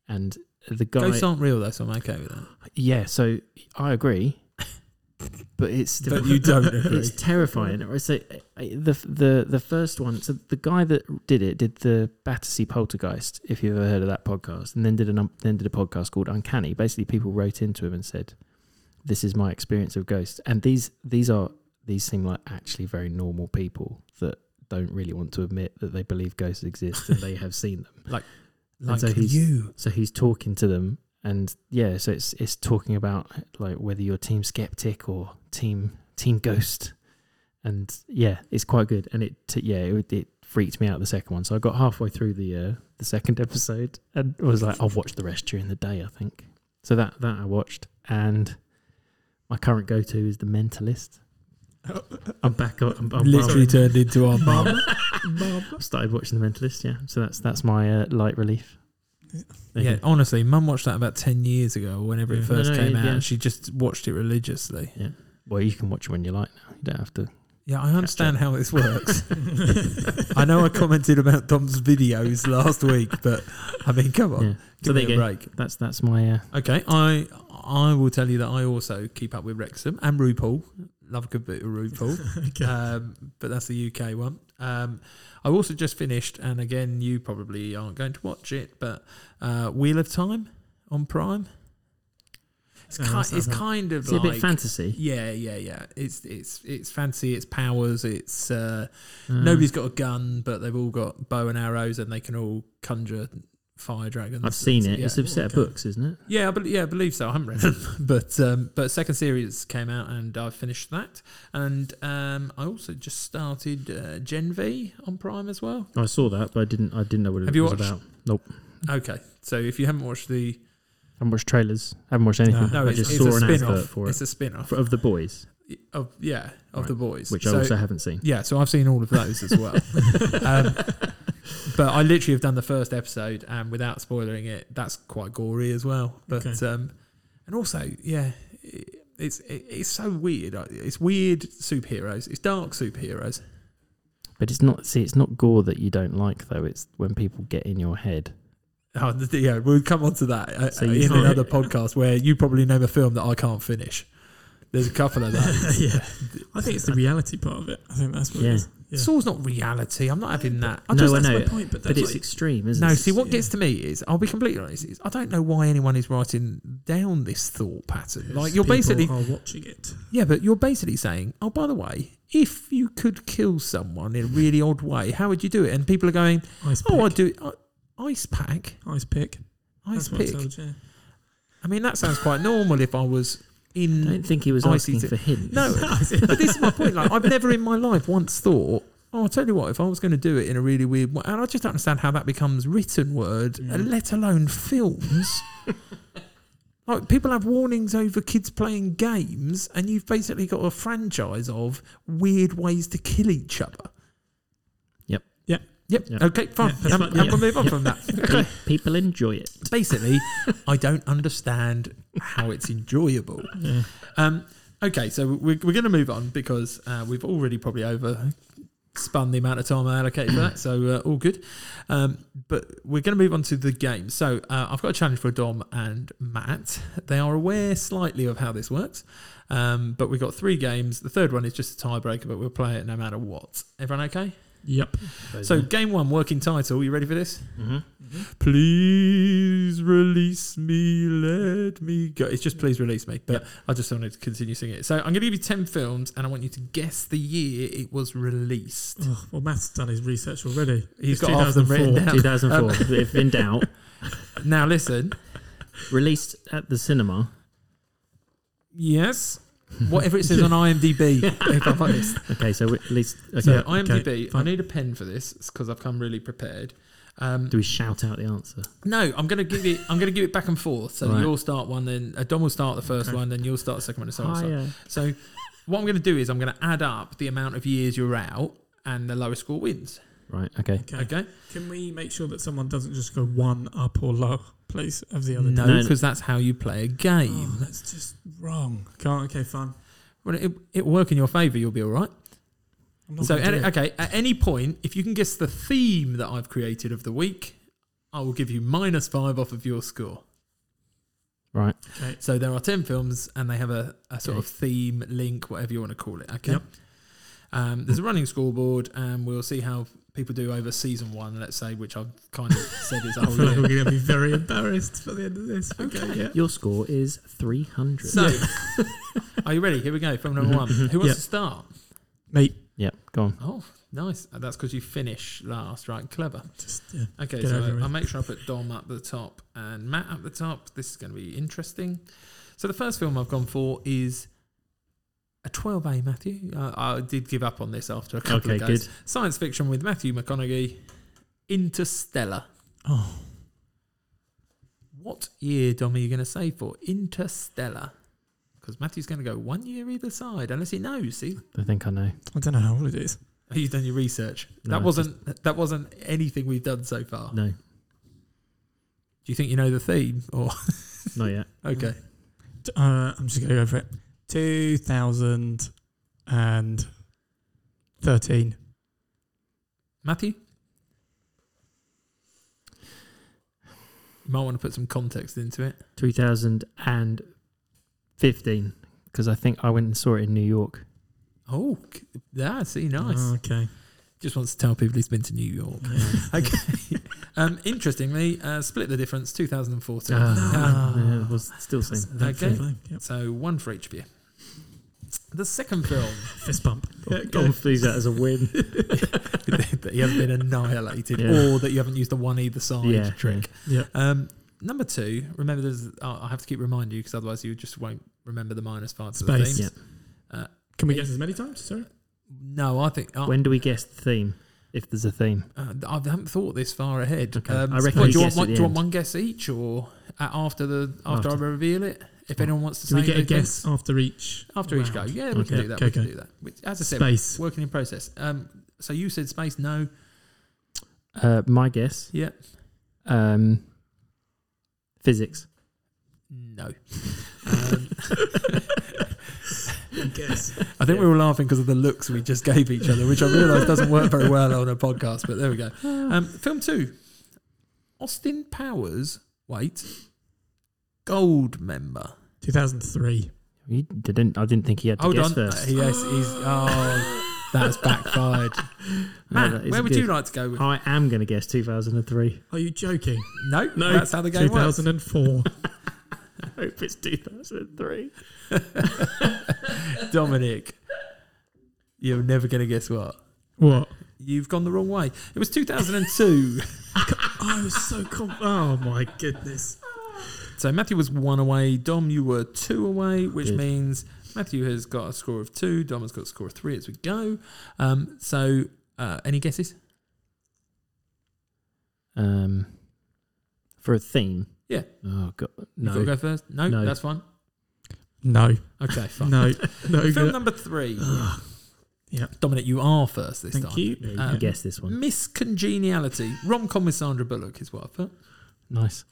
Speaker 2: And the guy,
Speaker 1: Ghosts aren't real though, so I'm okay with that.
Speaker 2: yeah. So I agree,
Speaker 1: <laughs>
Speaker 2: but it's still <laughs>
Speaker 1: But you don't agree.
Speaker 2: it's terrifying. Right, So uh, the the the first one. So the guy that did it did the Battersea Poltergeist, if you've ever heard of that podcast, and then did an um, then did a podcast called Uncanny. Basically, people wrote into him and said, "This is my experience of ghosts," and these these are these seem like actually very normal people that don't really want to admit that they believe ghosts exist and they have seen them.
Speaker 1: Like
Speaker 2: so he's-
Speaker 1: you.
Speaker 2: So he's talking to them, and yeah, so it's it's talking about like whether you're team skeptic or team team ghost, and yeah, it's quite good. And it t- yeah, it, it freaked me out the second one. So I got halfway through the uh, the second <laughs> episode and was like, I'll watch the rest during the day. I think so that that I watched, and my current go to is
Speaker 1: <laughs>
Speaker 2: The Mentalist. I'm back on. I'm, I'm
Speaker 1: Literally turned into our mum.
Speaker 3: Mum. Mum.
Speaker 2: I started watching The Mentalist. Yeah, so that's that's my uh, light relief. There you
Speaker 1: Yeah,
Speaker 2: go.
Speaker 1: honestly, Mum watched that about ten years ago, or whenever it
Speaker 3: Yeah.
Speaker 1: first
Speaker 2: No, no,
Speaker 1: came out,
Speaker 2: yeah.
Speaker 1: and she just watched it religiously.
Speaker 2: Well, you can watch it when you like now. You don't have to.
Speaker 1: Yeah, I understand how
Speaker 2: <laughs>
Speaker 1: this works. <laughs> I know I commented about Dom's videos last week, but I mean, come on,
Speaker 2: Yeah.
Speaker 1: give
Speaker 2: So there
Speaker 1: me
Speaker 2: you
Speaker 1: a
Speaker 2: go.
Speaker 1: break.
Speaker 2: That's that's my uh,
Speaker 1: Okay, I I will tell you that I also keep up with Wrexham and RuPaul. Love a good bit of RuPaul.
Speaker 2: <laughs>
Speaker 3: Okay.
Speaker 1: um, but that's the UK one. Um, I also just finished, and again, you probably aren't going to watch it, but uh, Wheel of Time on Prime. It's,
Speaker 3: Oh,
Speaker 1: ki-
Speaker 3: what's that
Speaker 1: it's
Speaker 3: about?
Speaker 1: kind of
Speaker 2: it's
Speaker 1: like
Speaker 2: a bit fantasy.
Speaker 1: Yeah, yeah, yeah. It's it's it's fancy. It's powers. It's uh,
Speaker 2: Uh,
Speaker 1: nobody's got a gun, but they've all got bow and arrows, and they can all conjure fire dragons.
Speaker 2: I've seen it.
Speaker 1: Yeah.
Speaker 2: It's a set of
Speaker 3: Okay.
Speaker 2: books, isn't it?
Speaker 1: Yeah, I bel yeah, I believe so. I haven't read
Speaker 2: <laughs>
Speaker 1: them, but um, but second series came out, and I finished that, and um, I also just started uh, Gen V on Prime as well.
Speaker 2: I saw that, but I didn't. I didn't know what it
Speaker 1: Have you
Speaker 2: was
Speaker 1: watched-
Speaker 2: about. Nope.
Speaker 1: Okay, so if you haven't watched the
Speaker 2: haven't watched trailers. haven't watched anything.
Speaker 3: No,
Speaker 1: no,
Speaker 2: I
Speaker 1: it's,
Speaker 2: just
Speaker 1: it's
Speaker 2: saw
Speaker 1: a
Speaker 2: an
Speaker 1: spin
Speaker 2: advert
Speaker 1: off.
Speaker 2: for
Speaker 1: It's
Speaker 2: it
Speaker 1: a spin off
Speaker 2: for, of the boys,
Speaker 1: of yeah of
Speaker 2: Right.
Speaker 1: the boys,
Speaker 2: which
Speaker 1: So-
Speaker 2: I also haven't seen.
Speaker 1: yeah. So I've seen all of those as
Speaker 2: <laughs>
Speaker 1: well. um, but I literally have done the first episode, and without spoiling it, that's quite gory as well. But
Speaker 3: Okay.
Speaker 1: um, and also, yeah, it, it's it, it's so weird. Uh, It's weird superheroes. It's dark superheroes. <laughs>
Speaker 2: But it's not. See, it's not gore that you don't like, though. It's when people get in your head.
Speaker 1: Oh, the- yeah, we'll come on to that uh,
Speaker 2: So you
Speaker 1: in
Speaker 2: can't-
Speaker 1: another podcast where you probably name a film that I can't finish. There's a couple of those.
Speaker 3: yeah.
Speaker 2: <laughs>
Speaker 3: I think it's the reality part of it. I think that's what
Speaker 2: Yeah.
Speaker 3: it is. <laughs> Yeah.
Speaker 1: Saw's not reality. I'm not having that. I
Speaker 2: No,
Speaker 1: just,
Speaker 2: I
Speaker 3: that's
Speaker 2: know,
Speaker 3: my point, but,
Speaker 2: But
Speaker 3: that's
Speaker 2: it's
Speaker 3: like-
Speaker 2: extreme, isn't
Speaker 1: No,
Speaker 2: it?
Speaker 1: see, what
Speaker 3: yeah.
Speaker 1: gets to me is I'll be completely honest. Is I don't know why anyone is writing down this thought pattern. Like you're
Speaker 3: people
Speaker 1: basically,
Speaker 3: are watching it.
Speaker 1: yeah, but you're basically saying, oh, by the way, if you could kill someone in a really odd way, how would you do it? And people are going,
Speaker 3: Ice pick.
Speaker 1: oh, I do uh, ice pack,
Speaker 3: Ice pick.
Speaker 1: ice
Speaker 3: That's what I
Speaker 1: pick.
Speaker 3: told you.
Speaker 1: I mean, that sounds quite normal if I was
Speaker 2: I
Speaker 1: in
Speaker 2: don't think he was
Speaker 1: Oh, I see
Speaker 2: asking
Speaker 1: it.
Speaker 2: for hints. <laughs>
Speaker 1: No, but this is my point. Like, I've never in my life once thought, oh, I'll tell you what, if I was going to do it in a really weird way, and I just don't understand how that becomes written word,
Speaker 3: Mm.
Speaker 1: uh, let alone films. like, people have warnings over kids playing games, and you've basically got a franchise of weird ways to kill each other.
Speaker 2: Yep.
Speaker 3: Yeah.
Speaker 1: Yep.
Speaker 2: Yeah.
Speaker 1: Okay, fine.
Speaker 3: Yeah,
Speaker 1: and and
Speaker 3: that's fine.
Speaker 1: we'll move on
Speaker 2: Yeah.
Speaker 1: from that.
Speaker 2: Pe- people enjoy it.
Speaker 1: Basically, I don't understand how it's enjoyable.
Speaker 3: Yeah.
Speaker 1: Um, okay, so we're, we're going to move on because uh, we've already probably over spun the amount of time I allocated for that, so uh, all good. Um, but we're going to move on to the game. So uh, I've got a challenge for Dom and Matt. They are aware slightly of how this works, um, but we've got three games. The third one is just a tiebreaker, but we'll play it no matter what. Everyone okay?
Speaker 3: Yep.
Speaker 1: So game one, working title. You ready for this?
Speaker 2: hmm
Speaker 1: Please release me, let me go. It's just please release me, but I just wanted to continue singing it. So I'm going to give you 10 films and I want you to guess the year it was released.
Speaker 3: Oh, well, Matt's done his research already.
Speaker 1: He's
Speaker 3: It's
Speaker 1: got half of them written
Speaker 3: 2004.
Speaker 1: down.
Speaker 2: 2004.
Speaker 1: um,
Speaker 2: if
Speaker 1: <laughs>
Speaker 2: in doubt,
Speaker 1: Now listen,
Speaker 2: released at the cinema.
Speaker 1: yes, whatever it says on IMDb, if I'm honest.
Speaker 2: Okay, so at least okay.
Speaker 1: So
Speaker 3: Yeah, okay,
Speaker 1: IMDb, I
Speaker 3: fine.
Speaker 1: need a pen for this because I've come really prepared. Um,
Speaker 2: do we shout out the answer?
Speaker 1: no, I'm gonna give it. I'm gonna give it back and forth. So
Speaker 2: Right.
Speaker 1: you'll start one, then uh, Dom will start the first
Speaker 3: Okay.
Speaker 1: one, then you'll start the second one, and so on. and so on.
Speaker 2: Hiya.
Speaker 1: So what I'm going to do is I'm going to add up the amount of years you're out, and the lowest score wins.
Speaker 2: Right. Okay.
Speaker 3: Okay.
Speaker 1: Okay?
Speaker 3: Can we make sure that someone doesn't just go one up or low, please, of the other?
Speaker 1: No,
Speaker 2: No, no.
Speaker 1: because that's how you play a
Speaker 3: Oh,
Speaker 1: game.
Speaker 3: that's just wrong. Can't. Okay, fine.
Speaker 1: Well, it, it'll work in your favour. You'll be all right.
Speaker 3: I'm not
Speaker 1: so,
Speaker 3: gonna do
Speaker 1: any,
Speaker 3: it.
Speaker 1: okay, at any point, if you can guess the theme that I've created of the week, I will give you minus five off of your score.
Speaker 2: Right.
Speaker 3: Okay.
Speaker 1: So there are 10 films and they have a, a sort of
Speaker 2: Okay.
Speaker 1: theme, link, whatever you want to call it. Okay.
Speaker 3: Yep.
Speaker 1: Um, there's a running scoreboard and we'll see how people do over season one, let's say, which I've kind
Speaker 3: <laughs>
Speaker 1: of said is a
Speaker 3: I
Speaker 1: whole
Speaker 3: feel like
Speaker 1: year.
Speaker 3: we're going to be very embarrassed for the end of this. Okay. Yeah.
Speaker 2: Your score is 300.
Speaker 3: <laughs>
Speaker 1: So, are you ready? Here we go. Film number one. Who wants
Speaker 3: Yep.
Speaker 1: to start?
Speaker 3: Mate,
Speaker 2: <laughs> yeah. Go on.
Speaker 1: Oh, nice. That's because you finish last, right? Clever.
Speaker 3: just yeah.
Speaker 1: Okay,
Speaker 3: Get over
Speaker 1: so
Speaker 3: with.
Speaker 1: I'll make sure I put Dom at the top and Matt at the top. This is going to be interesting. So the first film I've gone for is a 12A, Matthew. Uh, I did give up on this after a couple
Speaker 2: Okay.
Speaker 1: of days.
Speaker 2: Good.
Speaker 1: Science fiction with Matthew McConaughey, Interstellar.
Speaker 3: Oh,
Speaker 1: What year, Dom, are you going to say for Interstellar? Because Matthew's going to go one year either side, unless he knows. See, <laughs>
Speaker 2: I think I know.
Speaker 3: I don't know how old it is.
Speaker 1: You've done your research.
Speaker 2: No,
Speaker 1: that wasn't that wasn't anything we've done so far.
Speaker 2: No.
Speaker 1: Do you think you know the theme? Or <laughs>
Speaker 2: Not yet.
Speaker 1: okay,
Speaker 3: T- Uh, I'm just going to go for it. 2013.
Speaker 1: Matthew, you might want to put some context into it.
Speaker 2: 2015. Because I think I went and saw it in New York.
Speaker 1: Oh, c- yeah, see, nice.
Speaker 2: Mm.
Speaker 3: Oh, okay.
Speaker 1: Just wants to tell people he's been to New York.
Speaker 3: <laughs>
Speaker 1: Okay. um, interestingly, uh, split the difference. 2014.
Speaker 2: Ah,
Speaker 3: No.
Speaker 2: yeah, it was still same.
Speaker 1: <laughs> Okay.
Speaker 3: Yep.
Speaker 1: Um, So one for each of you. The second
Speaker 2: <laughs>
Speaker 1: film. <laughs>
Speaker 3: Fist bump.
Speaker 2: Go through that as a win.
Speaker 1: that you haven't been annihilated
Speaker 2: Yeah.
Speaker 1: or that you haven't used the one either side
Speaker 2: Yeah,
Speaker 1: trick.
Speaker 3: yeah.
Speaker 1: Um, number two, remember, there's, oh, I have to keep reminding you because otherwise you just won't remember the minus five. for the
Speaker 3: Space.
Speaker 1: themes.
Speaker 3: Can we guess as many times? Sorry.
Speaker 1: No, I think uh,
Speaker 2: When do we guess the theme? If there's a theme.
Speaker 1: uh, I haven't thought this far ahead.
Speaker 2: Okay,
Speaker 1: Um,
Speaker 2: I reckon
Speaker 1: what,
Speaker 2: you
Speaker 1: do, you want,
Speaker 2: guess at
Speaker 1: one-
Speaker 2: the
Speaker 1: do you want
Speaker 2: end.
Speaker 1: one guess each or uh, after the after, I
Speaker 2: After.
Speaker 1: reveal it? If
Speaker 2: Oh.
Speaker 1: anyone wants to
Speaker 3: Do
Speaker 1: say
Speaker 3: we get a
Speaker 1: anything?
Speaker 3: guess after each?
Speaker 1: after each go,
Speaker 3: round?
Speaker 1: yeah, we can
Speaker 3: Okay.
Speaker 1: do that.
Speaker 3: Okay,
Speaker 1: we can
Speaker 3: okay.
Speaker 1: do that. Which, as I said,
Speaker 3: <laughs> Space.
Speaker 1: working in process. Um, so you said space, no?
Speaker 2: Uh, my guess.
Speaker 1: Yeah,
Speaker 2: Um, physics.
Speaker 1: no. <laughs> Um,
Speaker 3: <laughs> guess.
Speaker 1: I think we were laughing because of the looks we just gave each other, which I realise doesn't work very well on a podcast, but there we go. <sighs> Um, film two Austin Powers, wait, gold member.
Speaker 3: 2003.
Speaker 2: You didn't. I didn't think he had to
Speaker 1: Hold
Speaker 2: guess
Speaker 1: on.
Speaker 2: first.
Speaker 1: Uh, yes, he's. Oh, that's backfired.
Speaker 2: No,
Speaker 1: <laughs> Matt,
Speaker 2: that
Speaker 1: where
Speaker 2: isn't
Speaker 1: would
Speaker 2: good.
Speaker 1: you like to go with?
Speaker 2: I am going to
Speaker 1: <laughs>
Speaker 2: guess 2003.
Speaker 3: Are you joking?
Speaker 1: No,
Speaker 3: No,
Speaker 1: that's how the game works.
Speaker 3: 2004.
Speaker 2: I hope it's 2003.
Speaker 1: Dominic, you're never going to guess what.
Speaker 3: <laughs> what?
Speaker 1: You've gone the wrong way. It was 2002.
Speaker 3: <laughs> I was so confident. Oh my goodness.
Speaker 1: <laughs> So Matthew was one away. Dom, you were two away, which
Speaker 2: Good.
Speaker 1: means Matthew has got a score of two. Dom has got a score of three as we go. Um, so uh, any guesses?
Speaker 2: Um, for a theme.
Speaker 1: Yeah.
Speaker 2: Oh god,
Speaker 1: You gotta
Speaker 2: no.
Speaker 1: go first. No,
Speaker 2: No.
Speaker 1: that's fine.
Speaker 3: No.
Speaker 1: Okay, fine.
Speaker 3: No. <laughs> No.
Speaker 1: Film number three.
Speaker 3: Yeah.
Speaker 1: Dominic, you are first this
Speaker 3: Thank
Speaker 1: time.
Speaker 3: you.
Speaker 2: Yeah, you
Speaker 1: Um,
Speaker 2: can guess this one.
Speaker 1: Miss Congeniality, rom com with Sandra Bullock is what I put.
Speaker 2: Nice.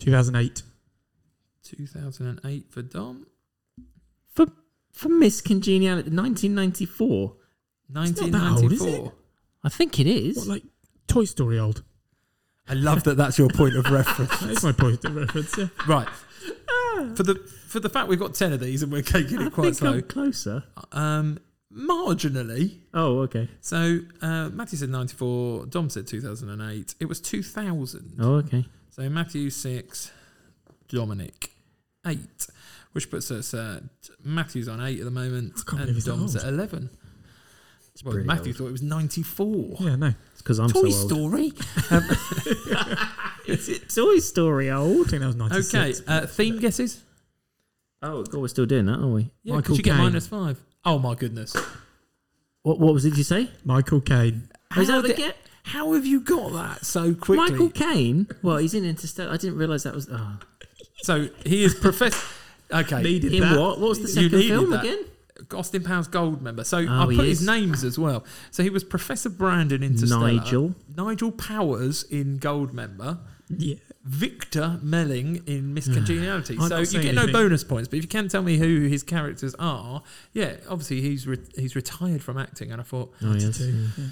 Speaker 3: 2008.
Speaker 1: 2008 for Dom.
Speaker 2: For Miss Congeniality, 1994.
Speaker 3: not that old, is it?
Speaker 1: 1994.
Speaker 2: I think it is.
Speaker 3: What, like Toy Story old?
Speaker 1: I love that that's your point of reference.
Speaker 3: That is my point of reference. Yeah.
Speaker 1: <laughs> Right. For the for the fact we've got 10 of these and we're taking
Speaker 2: I
Speaker 1: it quite
Speaker 2: think I'm
Speaker 1: slow.
Speaker 2: closer.
Speaker 1: Um, marginally.
Speaker 2: Oh, okay.
Speaker 1: So uh, Matthew said 94, Dom said 2008. It was 2000.
Speaker 2: Oh, okay.
Speaker 1: So Matthew 6, Dominic 8, which puts us at Matthew's on 8 at the moment
Speaker 3: I can't believe
Speaker 1: and
Speaker 3: he's that
Speaker 1: Dom's
Speaker 3: old.
Speaker 1: at 11.
Speaker 2: It's
Speaker 1: Well,
Speaker 2: pretty
Speaker 1: Matthew
Speaker 2: old.
Speaker 1: thought it was 94.
Speaker 3: Yeah. No.
Speaker 2: It's because I'm
Speaker 1: Toy
Speaker 2: so old.
Speaker 1: Story.
Speaker 2: Is it Toy Story
Speaker 3: I
Speaker 2: old?
Speaker 3: think that was ninety-six.
Speaker 1: Okay, uh, theme guesses?
Speaker 2: Oh, God, we're still doing that, aren't we?
Speaker 1: Yeah,
Speaker 3: Michael
Speaker 1: because you get
Speaker 3: Caine.
Speaker 1: minus 5. Oh my goodness.
Speaker 2: What What was it you say?
Speaker 3: Michael Caine.
Speaker 2: Is that
Speaker 1: How
Speaker 2: what they
Speaker 1: did-
Speaker 2: get?
Speaker 1: How have you got that so quickly?
Speaker 2: Michael Caine. Well, he's in Interstellar. I didn't realise that was. Oh.
Speaker 1: So he is Professor. Okay.
Speaker 3: Needed
Speaker 2: In
Speaker 3: that.
Speaker 2: what? What was the
Speaker 1: You
Speaker 2: second
Speaker 1: needed
Speaker 2: film
Speaker 1: that.
Speaker 2: again?
Speaker 1: Austin Powers Gold member. So
Speaker 2: Oh,
Speaker 1: I
Speaker 2: he
Speaker 1: put his
Speaker 2: is.
Speaker 1: names as well. So he was Professor Brandon Interstellar.
Speaker 2: Nigel.
Speaker 1: Nigel Powers in Gold member.
Speaker 3: Yeah.
Speaker 1: Victor Melling in Miss Congeniality.
Speaker 3: I'm
Speaker 1: so
Speaker 3: not
Speaker 1: you
Speaker 3: saying
Speaker 1: get no
Speaker 3: anything.
Speaker 1: bonus points, but if you can tell me who his characters are, yeah, obviously he's re- he's retired from acting, and I thought
Speaker 2: Oh, yes.
Speaker 3: Two. Yeah.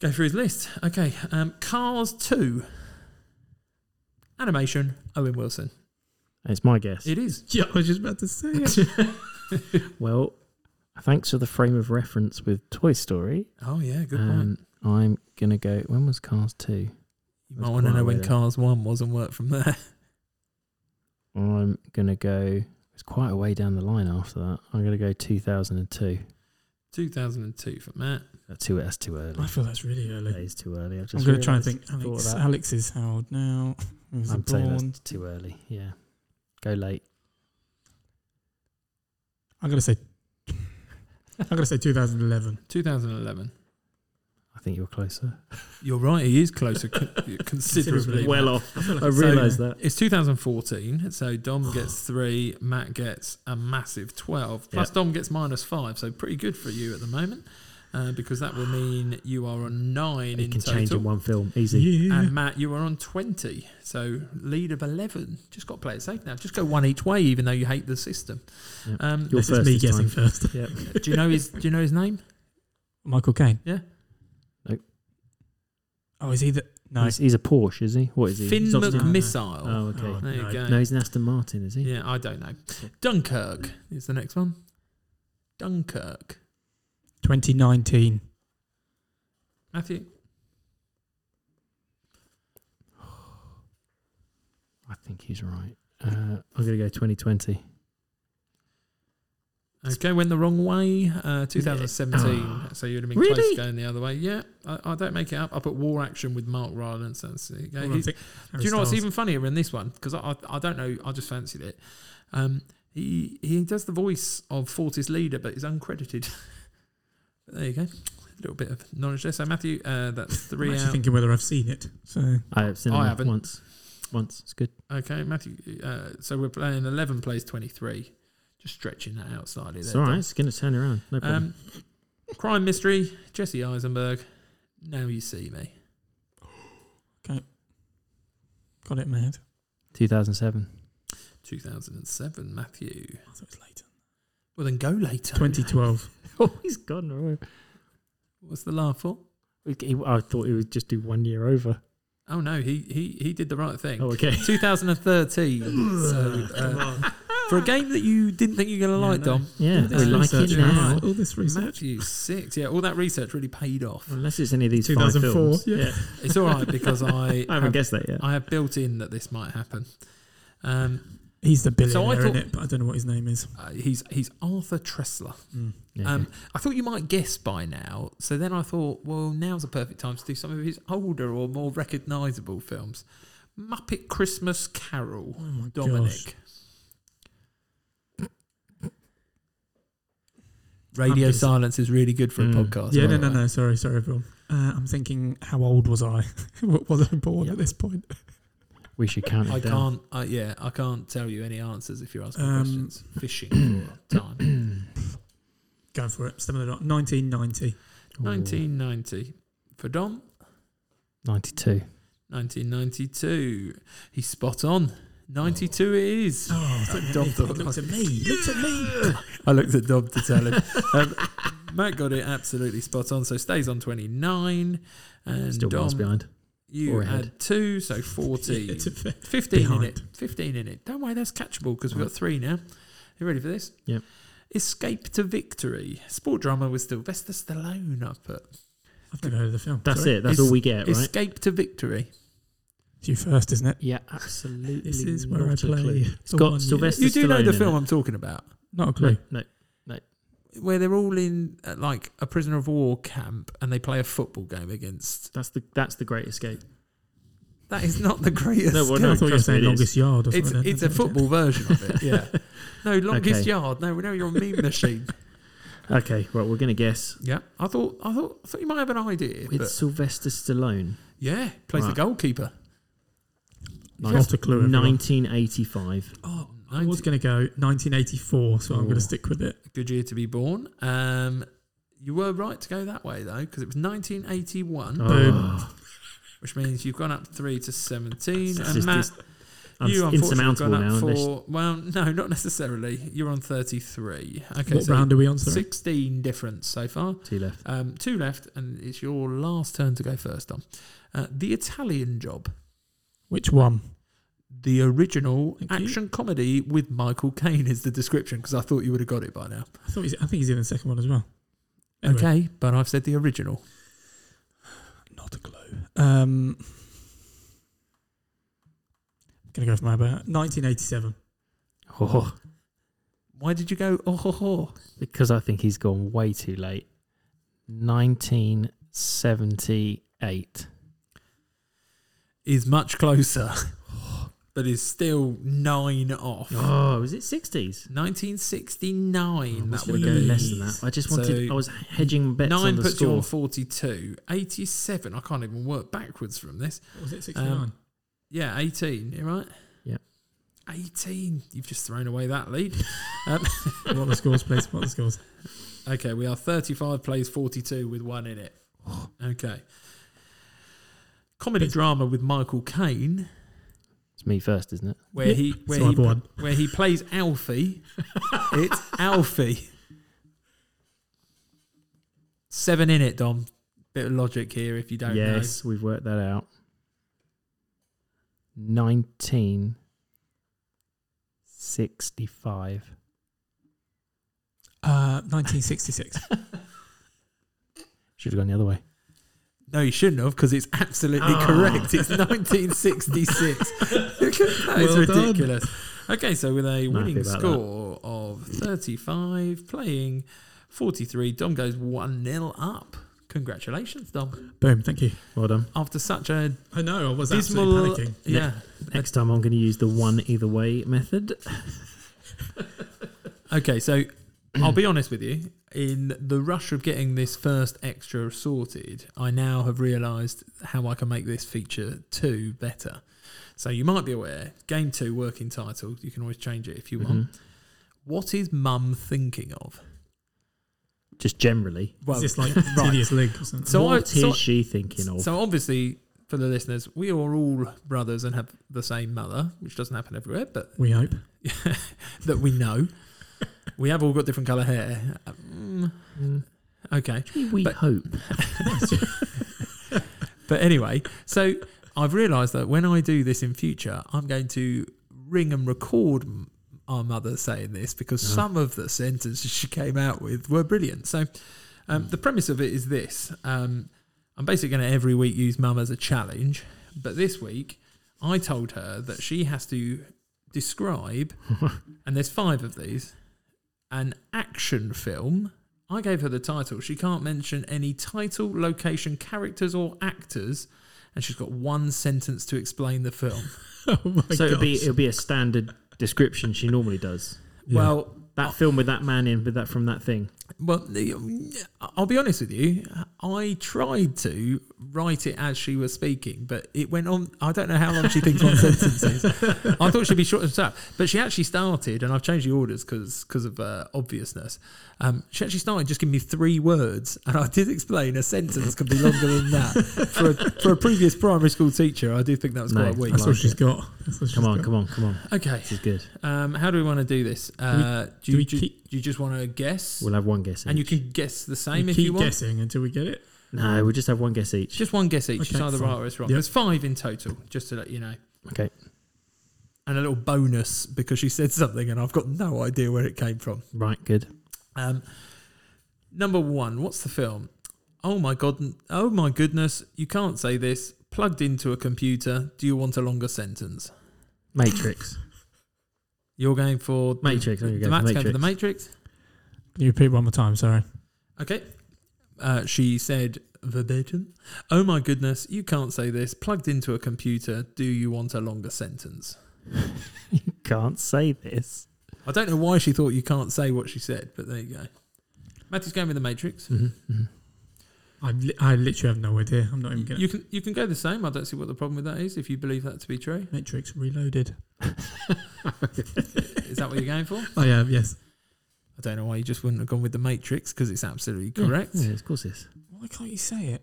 Speaker 1: go through his list. Okay, um, Cars Two, animation, Owen Wilson.
Speaker 2: It's my guess.
Speaker 1: It is.
Speaker 3: <laughs> Yeah, I was just about to say. it.
Speaker 2: Well, thanks for the frame of reference with Toy Story.
Speaker 1: Oh yeah, good point.
Speaker 2: Um, I'm gonna go. When was Cars two?
Speaker 1: You
Speaker 2: that's
Speaker 1: might want to
Speaker 2: quite
Speaker 1: know when
Speaker 2: weird.
Speaker 1: Cars One was and work from there. <laughs>
Speaker 2: I'm gonna go. It's quite a way down the line after that. I'm gonna go 2002.
Speaker 1: 2002 for Matt.
Speaker 2: That's too. That's too early.
Speaker 3: <laughs> I feel that's really
Speaker 2: That
Speaker 3: early.
Speaker 2: is too early. I just
Speaker 3: I'm going to try and think.
Speaker 2: realised before
Speaker 3: Alex,
Speaker 2: that.
Speaker 3: Alex is how old now? He was
Speaker 2: I'm saying
Speaker 3: born.
Speaker 2: that's too early. Yeah, go late.
Speaker 3: I'm going to say. I'm going to say 2011.
Speaker 1: 2011.
Speaker 2: I think you're closer.
Speaker 1: You're right. He is closer con- <laughs> considerably.
Speaker 3: Well
Speaker 2: off.
Speaker 3: <laughs> feel like
Speaker 2: I
Speaker 3: it's
Speaker 2: realised
Speaker 3: so-
Speaker 2: that.
Speaker 1: It's 2014, so Dom gets three, Matt gets a massive 12, plus
Speaker 2: Yep.
Speaker 1: Dom gets minus five, so pretty good for you at the moment, uh, because that will mean you are on nine
Speaker 2: It
Speaker 1: in
Speaker 2: can
Speaker 1: total.
Speaker 2: change in one film. Easy.
Speaker 3: Yeah.
Speaker 1: And Matt, you are on 20, so lead of 11. Just got to play it safe now. Just go one each way, even though you hate the system.
Speaker 2: Yep.
Speaker 1: Um,
Speaker 2: You're
Speaker 3: This is me
Speaker 2: this
Speaker 3: guessing
Speaker 2: time.
Speaker 3: first. <laughs>
Speaker 2: Yep.
Speaker 1: do you know his Do you know his name?
Speaker 3: Michael Caine.
Speaker 1: Yeah.
Speaker 2: Nope.
Speaker 3: Oh, is he the? No.
Speaker 2: He's, he's a Porsche, is he? What is he?
Speaker 1: Finn
Speaker 2: He's obviously-
Speaker 3: Mc-
Speaker 1: McMissile.
Speaker 2: Oh, okay.
Speaker 3: Oh,
Speaker 1: There you
Speaker 3: no.
Speaker 1: go.
Speaker 2: No, he's an Aston Martin, is he?
Speaker 1: Yeah, I don't know. Dunkirk is the next one. Dunkirk.
Speaker 3: 2019.
Speaker 1: Matthew?
Speaker 2: I think he's right. Uh, I'm gonna go 2020.
Speaker 1: Okay, went the wrong way. Uh, 2017.
Speaker 2: Yeah.
Speaker 1: So you'd have been
Speaker 2: Ah. Really?
Speaker 1: close going the other way. Yeah, I, I don't make it up. I put war action with Mark Rylance. That's it.
Speaker 3: Hold on,
Speaker 1: He's-
Speaker 3: I think
Speaker 1: do
Speaker 3: Harry
Speaker 1: you know what's
Speaker 3: Styles.
Speaker 1: even funnier in this one? Because I, I, I don't know. I just fancied it. Um, he he does the voice of Fortis leader, but is uncredited. <laughs> but there you go. A little bit of knowledge there. So Matthew, uh, that's
Speaker 3: I'm
Speaker 1: three
Speaker 3: actually
Speaker 1: out.
Speaker 3: thinking whether I've seen it. So
Speaker 2: I have seen
Speaker 1: I
Speaker 2: him
Speaker 1: haven't.
Speaker 2: once. Once it's good.
Speaker 1: Okay, Matthew. Uh, so we're playing 11 plays 23. Just stretching that out slightly.
Speaker 2: It's
Speaker 1: there,
Speaker 2: all
Speaker 1: Dan.
Speaker 2: right. It's gonna turn around. No problem.
Speaker 1: Um, crime mystery, Jesse Eisenberg. Now you see me.
Speaker 3: got it in my head.
Speaker 1: <laughs>
Speaker 2: 2007.
Speaker 1: 2007, Matthew.
Speaker 3: I thought it was later.
Speaker 1: Well, then go later.
Speaker 3: 2012.
Speaker 2: Oh, he's gone. Roy.
Speaker 1: What's the laugh for?
Speaker 2: He- I thought he would just do one year over.
Speaker 1: Oh no, he he he did the right thing.
Speaker 2: Oh, okay.
Speaker 1: 2013. <laughs> so, uh, for a game that you didn't think you were going to
Speaker 3: Yeah,
Speaker 1: like,
Speaker 3: no.
Speaker 1: Dom.
Speaker 2: Yeah,
Speaker 1: this
Speaker 2: we like
Speaker 1: research
Speaker 2: it
Speaker 1: is
Speaker 2: now.
Speaker 1: right.
Speaker 3: All this research.
Speaker 1: Matthew six. Yeah, all that research really paid off. <laughs>
Speaker 2: Unless it's any of these five
Speaker 3: 2004,
Speaker 2: films.
Speaker 3: yeah.
Speaker 1: It's all right because <laughs> I
Speaker 2: I haven't
Speaker 1: have,
Speaker 2: guessed that yet.
Speaker 1: I have built in that this might happen. Um,
Speaker 3: He's the
Speaker 1: So I
Speaker 3: billionaire
Speaker 1: thought-
Speaker 3: in it, but I don't know what his name is.
Speaker 1: uh, he's he's Arthur Tressler.
Speaker 2: Hmm.
Speaker 3: Mm.
Speaker 2: Yeah,
Speaker 1: Um,
Speaker 2: okay.
Speaker 1: I thought you might guess by now. So then I thought, well, now's a perfect time to do some of his older or more recognisable films. Muppet Christmas Carol,
Speaker 3: Oh my gosh.
Speaker 1: Dominic. Radio
Speaker 3: Muppets.
Speaker 1: silence is really good for a
Speaker 2: Mm.
Speaker 1: podcast.
Speaker 3: Yeah,
Speaker 1: by the
Speaker 3: no, no,
Speaker 1: way.
Speaker 3: no. Sorry, sorry, everyone. Uh, I'm thinking, how old was I? <laughs> was I born
Speaker 2: Yep.
Speaker 3: at this point?
Speaker 2: we should count it
Speaker 1: I
Speaker 2: down.
Speaker 1: can't. I, yeah, I can't tell you any answers if you're asking
Speaker 3: Um,
Speaker 1: questions.
Speaker 2: <clears throat>
Speaker 1: Fishing
Speaker 3: <coughs>
Speaker 1: for time.
Speaker 3: Go for it. Stem of the dot. 1990.
Speaker 2: Ooh,
Speaker 1: 1990 for Dom.
Speaker 2: 92.
Speaker 1: 1992. He's spot on. 92 it is.
Speaker 3: Oh, I
Speaker 1: Dom
Speaker 3: thought
Speaker 1: thought
Speaker 3: it looked
Speaker 1: that
Speaker 3: at me. He Looked at <laughs> me.
Speaker 1: <laughs> I looked at Dob to tell him. um, Matt got it absolutely spot on, so stays on 29. And
Speaker 2: Still miles
Speaker 1: Dom,
Speaker 2: behind.
Speaker 1: you
Speaker 2: Or
Speaker 1: had
Speaker 2: ahead.
Speaker 1: two, so
Speaker 2: <laughs>
Speaker 1: 14.
Speaker 3: Yeah, to fair.
Speaker 1: 15
Speaker 3: Behind.
Speaker 1: in it. 15 in it. Don't worry, that's catchable because we've got three now. You ready for this?
Speaker 2: Yep.
Speaker 1: Escape to Victory. Sport drama with Sylvester Stallone, I put.
Speaker 3: I've never heard of the film.
Speaker 2: That's
Speaker 3: Sorry.
Speaker 2: it. That's
Speaker 1: It's-
Speaker 2: all we get, right?
Speaker 1: Escape to Victory.
Speaker 3: It's you first, isn't it?
Speaker 2: <laughs> Yeah, absolutely.
Speaker 3: This is where I
Speaker 2: not a clue.
Speaker 3: play.
Speaker 2: It's got
Speaker 3: one
Speaker 2: Sylvester-
Speaker 3: year-
Speaker 1: You do know
Speaker 2: Stallone
Speaker 1: the
Speaker 2: in
Speaker 1: film
Speaker 2: it.
Speaker 1: I'm talking about,
Speaker 3: Not
Speaker 2: <laughs>
Speaker 3: a
Speaker 2: No,
Speaker 3: clue.
Speaker 2: no.
Speaker 1: where they're all in uh, like a prisoner of war camp and they play a football game against.
Speaker 2: That's the that's the Great Escape.
Speaker 1: That is
Speaker 2: <laughs>
Speaker 1: not the greatest.
Speaker 2: No, well,
Speaker 1: game.
Speaker 3: I thought you were
Speaker 2: trust me,
Speaker 3: saying
Speaker 2: it is.
Speaker 3: longest yard or
Speaker 1: It's
Speaker 3: something.
Speaker 1: it's a football version of it. Yeah.
Speaker 2: <laughs>
Speaker 1: No, longest
Speaker 2: Okay.
Speaker 1: yard. No, we know you're a meme
Speaker 2: <laughs>
Speaker 1: machine.
Speaker 2: Okay, right. We're gonna guess.
Speaker 1: Yeah. I thought I thought I thought you might have an idea.
Speaker 2: It's
Speaker 1: But
Speaker 2: Sylvester Stallone.
Speaker 1: yeah, plays
Speaker 2: Right.
Speaker 1: the goalkeeper.
Speaker 3: Not a clue. everyone.
Speaker 2: 1985.
Speaker 1: Oh,
Speaker 3: I was going to go 1984, so I'm going
Speaker 2: Oh.
Speaker 3: to stick with it.
Speaker 1: good year to be born. Um, you were right to go that way though, because it was 1981,
Speaker 2: Oh,
Speaker 1: which means you've gone up three to 17.
Speaker 2: This
Speaker 1: and
Speaker 2: is-
Speaker 1: Matt,
Speaker 2: this- I'm
Speaker 1: you unfortunately have
Speaker 2: insurmountable
Speaker 1: gone
Speaker 2: now.
Speaker 1: up
Speaker 2: unless-
Speaker 1: for well, no, not necessarily. You're on 33. Okay,
Speaker 3: what
Speaker 1: so
Speaker 3: round are we on? Sorry.
Speaker 1: 16 difference so far.
Speaker 2: Two left.
Speaker 1: Um, two left, and it's your last turn to go first on. Uh, the Italian Job,
Speaker 3: Which one?
Speaker 1: the original
Speaker 3: Thank you.
Speaker 1: action comedy with Michael Caine, is the description because I thought you would have got it by now.
Speaker 3: I thought he's, I think he's in the second one as well. Anyway,
Speaker 1: Okay, but I've said the original.
Speaker 3: Not a clue. Um, going to go for my about 1987.
Speaker 2: Oh,
Speaker 1: Why did you go? Oh, ho, ho.
Speaker 2: because I think he's gone way too late. 1978.
Speaker 1: is much closer, <laughs> but is still nine off.
Speaker 2: Oh, was it 60s?
Speaker 1: 1969.
Speaker 2: I
Speaker 1: that
Speaker 2: was
Speaker 1: would
Speaker 2: going to go
Speaker 1: be
Speaker 2: less than that. I just wanted.
Speaker 1: So-
Speaker 2: I was hedging my bets on
Speaker 1: nine.
Speaker 2: the
Speaker 1: Puts you
Speaker 2: score.
Speaker 1: on 42. 87. I can't even work backwards from this.
Speaker 3: What was it 69?
Speaker 1: Um, Yeah, 18. You right?
Speaker 2: Yeah.
Speaker 1: 18. You've just thrown away that
Speaker 2: <laughs>
Speaker 1: lead. um,
Speaker 3: what are the scores, please? What are the <laughs> scores?
Speaker 1: okay, we are 35 plays 42 with one in it.
Speaker 2: Oh.
Speaker 1: Okay. Comedy
Speaker 3: But-
Speaker 1: drama with Michael Caine,
Speaker 2: It's me first, isn't it?
Speaker 1: where
Speaker 3: Yeah.
Speaker 1: he where
Speaker 3: So I've
Speaker 1: he
Speaker 3: won.
Speaker 1: where he plays
Speaker 2: <laughs>
Speaker 1: Alfie. it's Alfie. Seven in it, Dom. Bit of logic here if you don't
Speaker 2: yes, we've worked that out. 1965.
Speaker 3: Uh, <laughs> 1966.
Speaker 2: Should have gone the other way.
Speaker 1: know. No, you shouldn't have because it's absolutely
Speaker 2: Ah.
Speaker 1: correct. It's
Speaker 3: <laughs>
Speaker 2: <laughs>
Speaker 1: 1966. Look at that. it's
Speaker 3: Well done.
Speaker 1: ridiculous. Okay, so with a
Speaker 2: Not happy
Speaker 1: winning
Speaker 2: about that.
Speaker 1: score of 35, playing 43, Dom goes 1 0 up. Congratulations, Dom.
Speaker 3: Boom. Thank you.
Speaker 2: Well done.
Speaker 1: After such a
Speaker 3: I know. I was
Speaker 1: dismal.
Speaker 3: absolutely panicking.
Speaker 1: Yeah.
Speaker 2: Next time I'm going to use the one either way method.
Speaker 1: Okay, so <clears throat> I'll be honest with you. In the rush of getting this first extra sorted, I now have realised how I can make this feature two better. So you might be aware, game two working title. You can always change it if you want.
Speaker 3: Mm-hmm.
Speaker 2: Mhm.
Speaker 1: What is Mum thinking of?
Speaker 2: Just generally.
Speaker 1: Well,
Speaker 3: Is
Speaker 1: <laughs>
Speaker 3: this like
Speaker 1: right.
Speaker 3: tedious link or something?
Speaker 1: So I-
Speaker 2: what is
Speaker 1: so-
Speaker 2: she thinking of?
Speaker 1: So obviously, for the listeners, we are all brothers and have the same mother, which doesn't happen everywhere, but
Speaker 3: we hope.
Speaker 1: that we know. we have all got different colour hair. Mm,
Speaker 2: Mm,
Speaker 1: okay.
Speaker 2: we
Speaker 1: but-
Speaker 2: hope.
Speaker 1: But anyway, so I've realised that when I do this in future, I'm going to ring and record m- our mother saying this because
Speaker 2: Uh-huh.
Speaker 1: some of the sentences she came out with were brilliant. So um, the premise of it is this: um, I'm basically going to every week use mum as a challenge, but this week I told her that she has to describe, and there's five of these, an action film. I gave her the title. She can't mention any title, location, characters, or actors, and she's got one sentence to explain the film.
Speaker 3: <laughs> oh my
Speaker 2: so it'll be
Speaker 3: gosh.
Speaker 2: it'll be a standard description she normally does.
Speaker 3: Yeah.
Speaker 1: Well,
Speaker 2: That film with that man in with that from that thing.
Speaker 1: Well, the- I'll be honest with you. I tried to write it as she was speaking, but it went on. I don't know how long she thinks on sentences. I thought she'd be short and sharp, but she actually started, and I've changed the orders because of uh, obviousness. Um, she actually started just giving me three words, and I did explain a sentence could be longer than that. For a, for a previous primary school teacher, I do think that was
Speaker 2: No,
Speaker 1: quite weak.
Speaker 3: That's all
Speaker 2: like
Speaker 3: she's
Speaker 2: it.
Speaker 3: got. That's all she's
Speaker 2: Come on,
Speaker 3: got.
Speaker 2: come on, come on.
Speaker 1: Okay,
Speaker 2: This is good.
Speaker 1: um, how do we want to do this? Uh, do,
Speaker 3: do
Speaker 1: you,
Speaker 3: we
Speaker 1: do,
Speaker 3: keep-
Speaker 1: you just want to guess?
Speaker 2: We'll have one guess.
Speaker 1: and you
Speaker 2: each.
Speaker 1: can guess the
Speaker 3: You
Speaker 1: same if
Speaker 3: keep
Speaker 1: you want.
Speaker 3: guessing until we get it.
Speaker 2: no, we'll just have one guess each.
Speaker 1: Just one guess each. it's
Speaker 3: Okay,
Speaker 1: either
Speaker 3: fine.
Speaker 1: right or it's wrong.
Speaker 3: Yep.
Speaker 1: There's five in total, just to let you know.
Speaker 2: Okay.
Speaker 1: And a little bonus because she said something and I've got no idea where it came from.
Speaker 2: Right, good.
Speaker 1: Um, number one, what's the film? Oh my god! Oh my goodness! You can't say this. Plugged into a computer. Do you want a longer sentence?
Speaker 2: Matrix.
Speaker 1: You're going for the-
Speaker 2: Matrix, there you go,
Speaker 1: The Matt's going for the
Speaker 2: Matrix.
Speaker 1: Matrix.
Speaker 3: Can you repeat one more time? Sorry.
Speaker 1: Okay. Uh, she said verbatim. Oh my goodness! You can't say this. Plugged into a computer. Do you want a longer sentence?
Speaker 2: you can't say this.
Speaker 1: I don't know why she thought you can't say what she said, but there you go. Matthew's going with the Matrix.
Speaker 2: Mm-hmm,
Speaker 3: I, li- I literally have no idea. I'm not even going
Speaker 1: You can you can go the same. I don't see what the problem with that is if you believe that to be true.
Speaker 3: Matrix Reloaded.
Speaker 1: Is that what you're <laughs> going for? I
Speaker 3: I have, yes.
Speaker 1: don't know why you just wouldn't have gone with the Matrix because it's absolutely correct.
Speaker 2: Yeah, of course it is.
Speaker 3: Why can't you say it?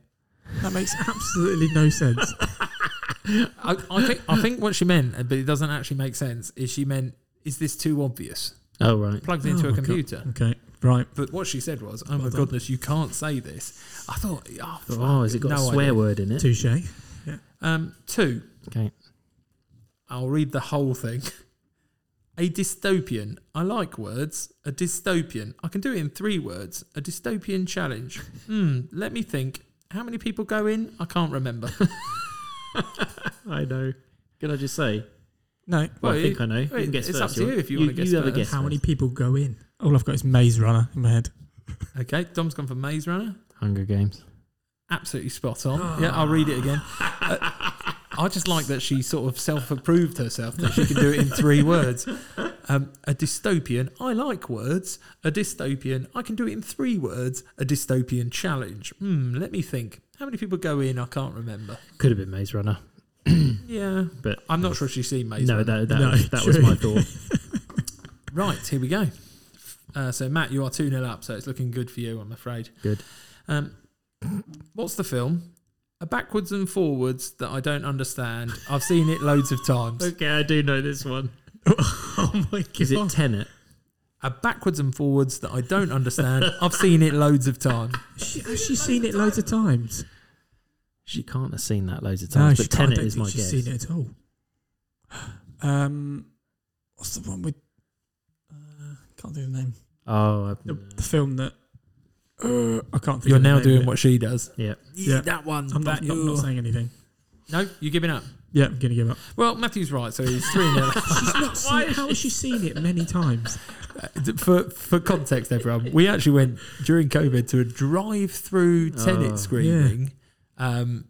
Speaker 3: That makes absolutely no sense.
Speaker 1: I, I think I think what she meant, but it doesn't actually make sense. Is she meant is this too obvious?
Speaker 2: Oh, right.
Speaker 1: Plugged into
Speaker 3: Oh
Speaker 1: a
Speaker 3: my God.
Speaker 1: computer.
Speaker 3: <laughs> Okay, right.
Speaker 1: But what she said was, "Oh my
Speaker 3: Well done.
Speaker 1: goodness, you can't say this." I thought, "Oh,
Speaker 2: Oh, has it got
Speaker 1: no
Speaker 2: a swear
Speaker 1: idea.
Speaker 2: word in it?
Speaker 3: Touche.
Speaker 1: Um, two.
Speaker 2: Okay.
Speaker 1: I'll read the whole thing. A dystopian. I like words. A dystopian. I can do it in three words. A dystopian challenge. Hmm. Let me think. How many people go in? I can't remember.
Speaker 2: I know. Can I just say?
Speaker 3: No.
Speaker 2: Well,
Speaker 1: Well,
Speaker 2: I think
Speaker 1: it-
Speaker 2: I know. You
Speaker 1: wait,
Speaker 2: can guess
Speaker 1: it's
Speaker 2: first.
Speaker 1: up to you if you wanna guess
Speaker 2: You have a
Speaker 1: first.
Speaker 2: guess.
Speaker 3: How
Speaker 2: first.
Speaker 3: many people go in? All I've got is Maze Runner in my head.
Speaker 1: Okay. Dom's gone for Maze Runner.
Speaker 2: Hunger Games?
Speaker 1: Absolutely spot
Speaker 2: <gasps>
Speaker 1: on. Yeah, I'll read it again. Uh, I just like that she sort of self-approved herself that she can do it in
Speaker 2: <laughs>
Speaker 1: three words. Um, a dystopian. I like words. A dystopian. I can do it in three words. A dystopian challenge. Hmm. Let me think. How many people go in? I can't remember.
Speaker 2: Could have been Maze Runner,
Speaker 1: Yeah,
Speaker 2: Hmm. but
Speaker 1: I'm not sure she's seen Maze.
Speaker 2: No,
Speaker 1: Runner.
Speaker 2: that, that,
Speaker 3: No,
Speaker 2: that was
Speaker 3: true.
Speaker 2: my thought.
Speaker 1: Right, here we go. Uh, so, Matt, you are 2 0 up, so it's looking good for you, I'm afraid.
Speaker 2: Good.
Speaker 1: Um, what's the film? A backwards and forwards that I don't understand. I've seen it loads of times.
Speaker 2: okay, I do know this one.
Speaker 3: <laughs> oh my god.
Speaker 2: Is
Speaker 3: <laughs>
Speaker 2: it Tenet?
Speaker 1: A backwards and forwards that I don't understand. I've seen it loads of times.
Speaker 3: She, has she seen it loads of times?
Speaker 2: She can't have seen that loads of
Speaker 3: No,
Speaker 2: times,
Speaker 3: she
Speaker 2: but
Speaker 3: can't. I
Speaker 2: Tenet
Speaker 3: don't
Speaker 2: is
Speaker 3: think
Speaker 2: my
Speaker 3: she's
Speaker 2: guess.
Speaker 3: seen it at all. Um, what's the one with? Uh, can't do the name.
Speaker 2: Oh, I,
Speaker 3: The, the film that uh, I can't think.
Speaker 1: You're
Speaker 3: of the
Speaker 1: now
Speaker 3: name of
Speaker 1: doing
Speaker 3: it.
Speaker 1: what she does.
Speaker 2: yeah.
Speaker 3: Yeah.
Speaker 1: That one.
Speaker 3: I'm not,
Speaker 1: that-
Speaker 3: not, not saying anything.
Speaker 1: no, you're giving up.
Speaker 3: Yeah, I'm gonna give up.
Speaker 1: Well, Matthew's right, so he's 3 0.
Speaker 3: She's not
Speaker 2: Why
Speaker 3: seen,
Speaker 2: is
Speaker 3: how has she seen it many times?
Speaker 1: for, for context, everyone, we actually went during COVID to a drive through
Speaker 2: Oh.
Speaker 1: Tenet screening. Um,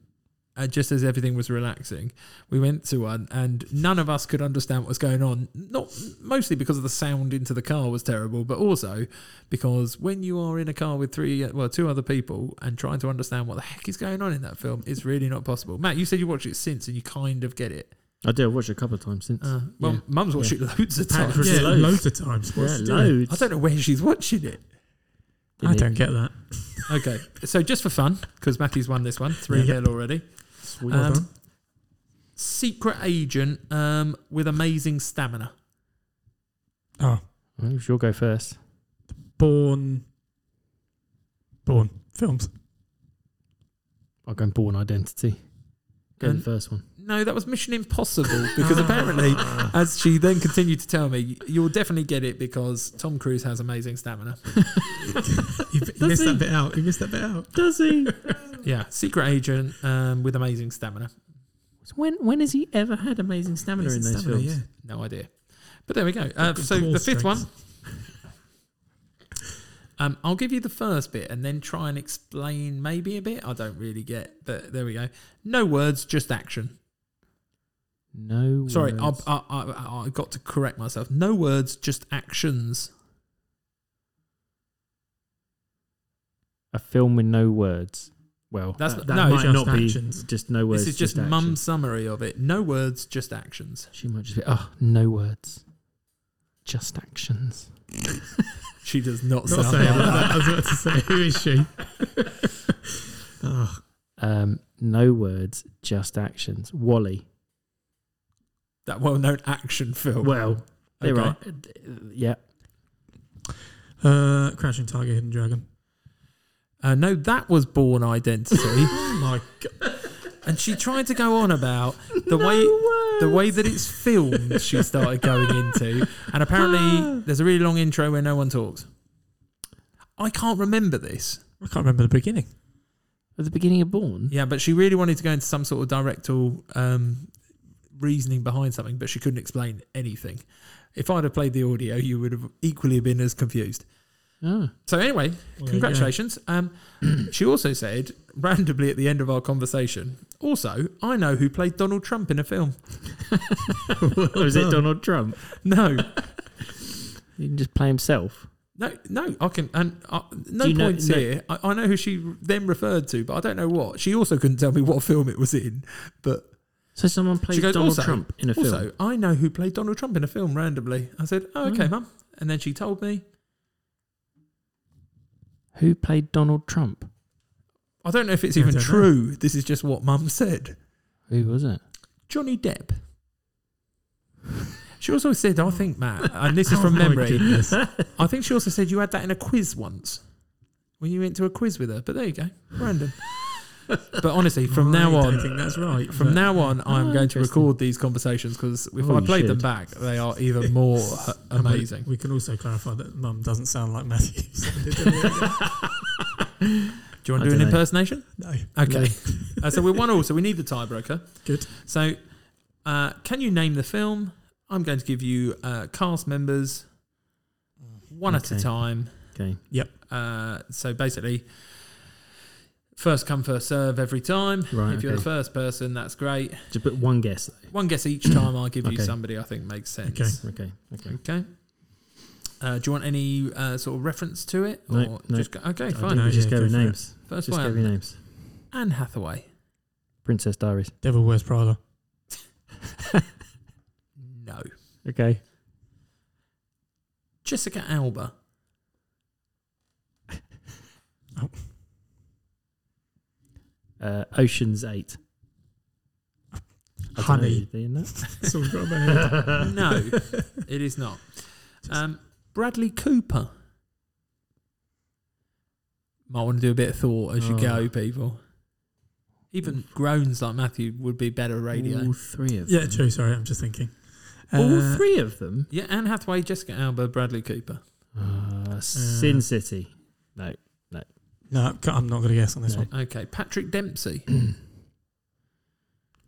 Speaker 1: uh, just as everything was relaxing, we went to one, and none of us could understand what was going on. Not mostly because of the sound into the car was terrible, but also because when you are in a car with three, well, two other people, and trying to understand what the heck is going on in that film, it's really not possible. Matt, you said you watched it since, and you kind of get it.
Speaker 2: I do. I've watched it a couple of times since.
Speaker 1: Uh, well,
Speaker 2: Yeah.
Speaker 1: Mum's watched it loads of times.
Speaker 2: Apparently
Speaker 3: Yeah,
Speaker 2: loads.
Speaker 3: loads. of times. What's
Speaker 2: yeah,
Speaker 3: she doing?
Speaker 2: loads.
Speaker 1: I don't know where she's watching it.
Speaker 3: I don't get that.
Speaker 1: Okay, so just for fun, because Matthew's won this one, 3
Speaker 3: Yeah.
Speaker 1: 0 already.
Speaker 2: Sweet.
Speaker 1: Um, Secret agent um, with amazing stamina.
Speaker 3: oh,
Speaker 2: Well, you'll go first.
Speaker 3: born, born films.
Speaker 2: I'll go Born Identity. Go
Speaker 1: And-
Speaker 2: the first one.
Speaker 1: No, that was Mission Impossible, because apparently, as she then continued to tell me, you'll definitely get it because Tom Cruise has amazing stamina. <laughs>
Speaker 3: You, you missed that bit out. You missed that bit out.
Speaker 2: Does he?
Speaker 1: Yeah, secret agent um, with amazing stamina.
Speaker 2: <laughs> when when has he ever had amazing stamina
Speaker 3: Amazing
Speaker 2: in those
Speaker 3: stamina,
Speaker 2: films?
Speaker 1: No idea. But there we go. Uh,
Speaker 3: Good
Speaker 1: so the
Speaker 3: call,
Speaker 1: fifth
Speaker 3: Strength.
Speaker 1: one. <laughs> Um, I'll give you the first bit and then try and explain maybe a bit. I don't really get, but there we go. No words, just action.
Speaker 2: No.
Speaker 1: Sorry, I,
Speaker 2: words.
Speaker 1: I, I, I got to correct myself. No words, just actions.
Speaker 2: a film with no words. Well,
Speaker 1: That's
Speaker 3: That-
Speaker 1: not-
Speaker 3: that
Speaker 1: no,
Speaker 3: might
Speaker 1: it's
Speaker 2: might
Speaker 3: just
Speaker 2: not be
Speaker 3: actions.
Speaker 2: just no words.
Speaker 1: this is just,
Speaker 2: actions.
Speaker 1: mum's summary of it. No words, just actions.
Speaker 2: She might just be, oh, no words, just actions.
Speaker 1: She does not,
Speaker 3: Not
Speaker 1: sound
Speaker 3: saying
Speaker 1: like that.
Speaker 3: that. I was about to say, who is <laughs> she? oh,
Speaker 2: Um, no words, just actions. Wally.
Speaker 1: That well-known action film.
Speaker 2: Well, they're
Speaker 1: Oh. Okay.
Speaker 2: right.
Speaker 1: <laughs>
Speaker 2: Yeah,
Speaker 3: uh, Crouching Tiger, Hidden Dragon.
Speaker 1: Uh, no, that was Born <laughs> Identity.
Speaker 3: My God.
Speaker 1: and she tried Oh to go on about
Speaker 2: <laughs>
Speaker 1: the way the way that it's filmed. She started going into, and apparently there's a really long intro where no one talks. I can't remember this.
Speaker 3: I can't remember the beginning.
Speaker 2: at the beginning of Born.
Speaker 1: Yeah, but she really wanted to go into some sort of directorial um, reasoning behind something, but she couldn't explain anything. If I'd have played the audio, you would have equally been as confused.
Speaker 2: Oh.
Speaker 1: So anyway,
Speaker 3: Well,
Speaker 1: Congratulations. Um, she also said randomly at the end of our conversation. Also, I know who played Donald Trump in a film. <laughs>
Speaker 2: <laughs> was it
Speaker 3: done.
Speaker 2: Donald Trump?
Speaker 1: No,
Speaker 2: He can just play himself.
Speaker 1: no, no. I can and uh, no
Speaker 2: Do you know-
Speaker 1: points
Speaker 2: no-
Speaker 1: here. I, I know who she then referred to, but I don't know what. She also couldn't tell me what film it was in. But
Speaker 2: So someone plays
Speaker 1: goes,
Speaker 2: Donald
Speaker 1: "Also-
Speaker 2: Trump in a film.
Speaker 1: also, I know who played Donald Trump in a film randomly. I said, oh,
Speaker 3: Mm.
Speaker 1: "Okay,
Speaker 2: Oh.
Speaker 1: mum," and then she told me.
Speaker 2: Who played Donald Trump?
Speaker 1: I don't know if it's
Speaker 3: I
Speaker 1: even
Speaker 3: don't know.
Speaker 1: true. This is just what mum said.
Speaker 2: Who was
Speaker 3: <laughs>
Speaker 2: it?
Speaker 1: Johnny Depp. She also said, I think, Matt, and this is
Speaker 3: <laughs> Oh
Speaker 1: from
Speaker 3: my
Speaker 1: memory.
Speaker 3: goodness.
Speaker 1: I think she also said you had that in a quiz once when you went to a quiz with her. But there you go,
Speaker 3: <laughs>
Speaker 1: random. but honestly, <laughs> from now
Speaker 3: I don't
Speaker 1: on,
Speaker 3: think that's right.
Speaker 1: from
Speaker 3: but-
Speaker 1: now on, I'm
Speaker 2: Oh,
Speaker 1: going to
Speaker 2: interesting.
Speaker 1: record these conversations because if
Speaker 2: Oh,
Speaker 1: I
Speaker 2: you
Speaker 1: played them
Speaker 2: should.
Speaker 1: back, they are even
Speaker 2: <laughs>
Speaker 1: more
Speaker 3: <laughs>
Speaker 1: h-
Speaker 3: And we-
Speaker 1: amazing.
Speaker 3: We, can also clarify that Mum doesn't sound like Matthews.
Speaker 1: Do you want
Speaker 2: I
Speaker 1: to do an
Speaker 2: dunno.
Speaker 1: impersonation?
Speaker 3: <laughs> no.
Speaker 1: Okay. <laughs> uh, so we're one all. So we need the tiebreaker.
Speaker 3: Good.
Speaker 1: So, uh, can you name the film? I'm going to give you uh, cast members one at
Speaker 2: Okay.
Speaker 1: a time.
Speaker 2: Okay.
Speaker 1: Uh, so basically, first come, first serve every time.
Speaker 2: Right,
Speaker 1: if you're the
Speaker 2: okay.
Speaker 1: first person, that's great.
Speaker 2: Just put one guess. Though.
Speaker 1: One guess each time. I'll give you
Speaker 2: Okay.
Speaker 1: somebody I think makes sense.
Speaker 3: Okay.
Speaker 2: Okay. Okay.
Speaker 1: Okay. Uh, do you want any uh, sort of reference to it?
Speaker 2: No,
Speaker 1: or
Speaker 2: no.
Speaker 1: just go, okay,
Speaker 2: I
Speaker 1: fine.
Speaker 2: think
Speaker 3: No,
Speaker 2: we just go
Speaker 3: yeah, go
Speaker 2: with
Speaker 3: for it.
Speaker 2: names.
Speaker 1: First
Speaker 2: Just go with
Speaker 1: one,
Speaker 2: names.
Speaker 1: Anne Hathaway.
Speaker 2: Princess Diaries.
Speaker 3: Devil Wears Prada.
Speaker 1: No.
Speaker 2: Okay.
Speaker 1: Jessica Alba.
Speaker 2: Uh, Ocean's Eight. I don't know,
Speaker 3: Honey.
Speaker 2: is he in that?
Speaker 3: That's all I've got in my
Speaker 1: <laughs>
Speaker 3: head.
Speaker 1: No,
Speaker 3: <laughs>
Speaker 1: it is not. Um, Bradley Cooper. Might want to do a bit of thought as you
Speaker 2: Oh.
Speaker 1: go, people. Even groans like Matthew would be better radio.
Speaker 2: All three of
Speaker 3: Yeah,
Speaker 2: them.
Speaker 3: true. Sorry, I'm just thinking.
Speaker 2: All
Speaker 3: Uh,
Speaker 2: three of them.
Speaker 1: Yeah, Anne Hathaway, Jessica Alba, Bradley Cooper.
Speaker 2: Uh, Sin City.
Speaker 3: <clears throat>
Speaker 2: No.
Speaker 3: No, I can't- I'm not going to guess on this
Speaker 2: No.
Speaker 3: one.
Speaker 1: Okay, Patrick Dempsey.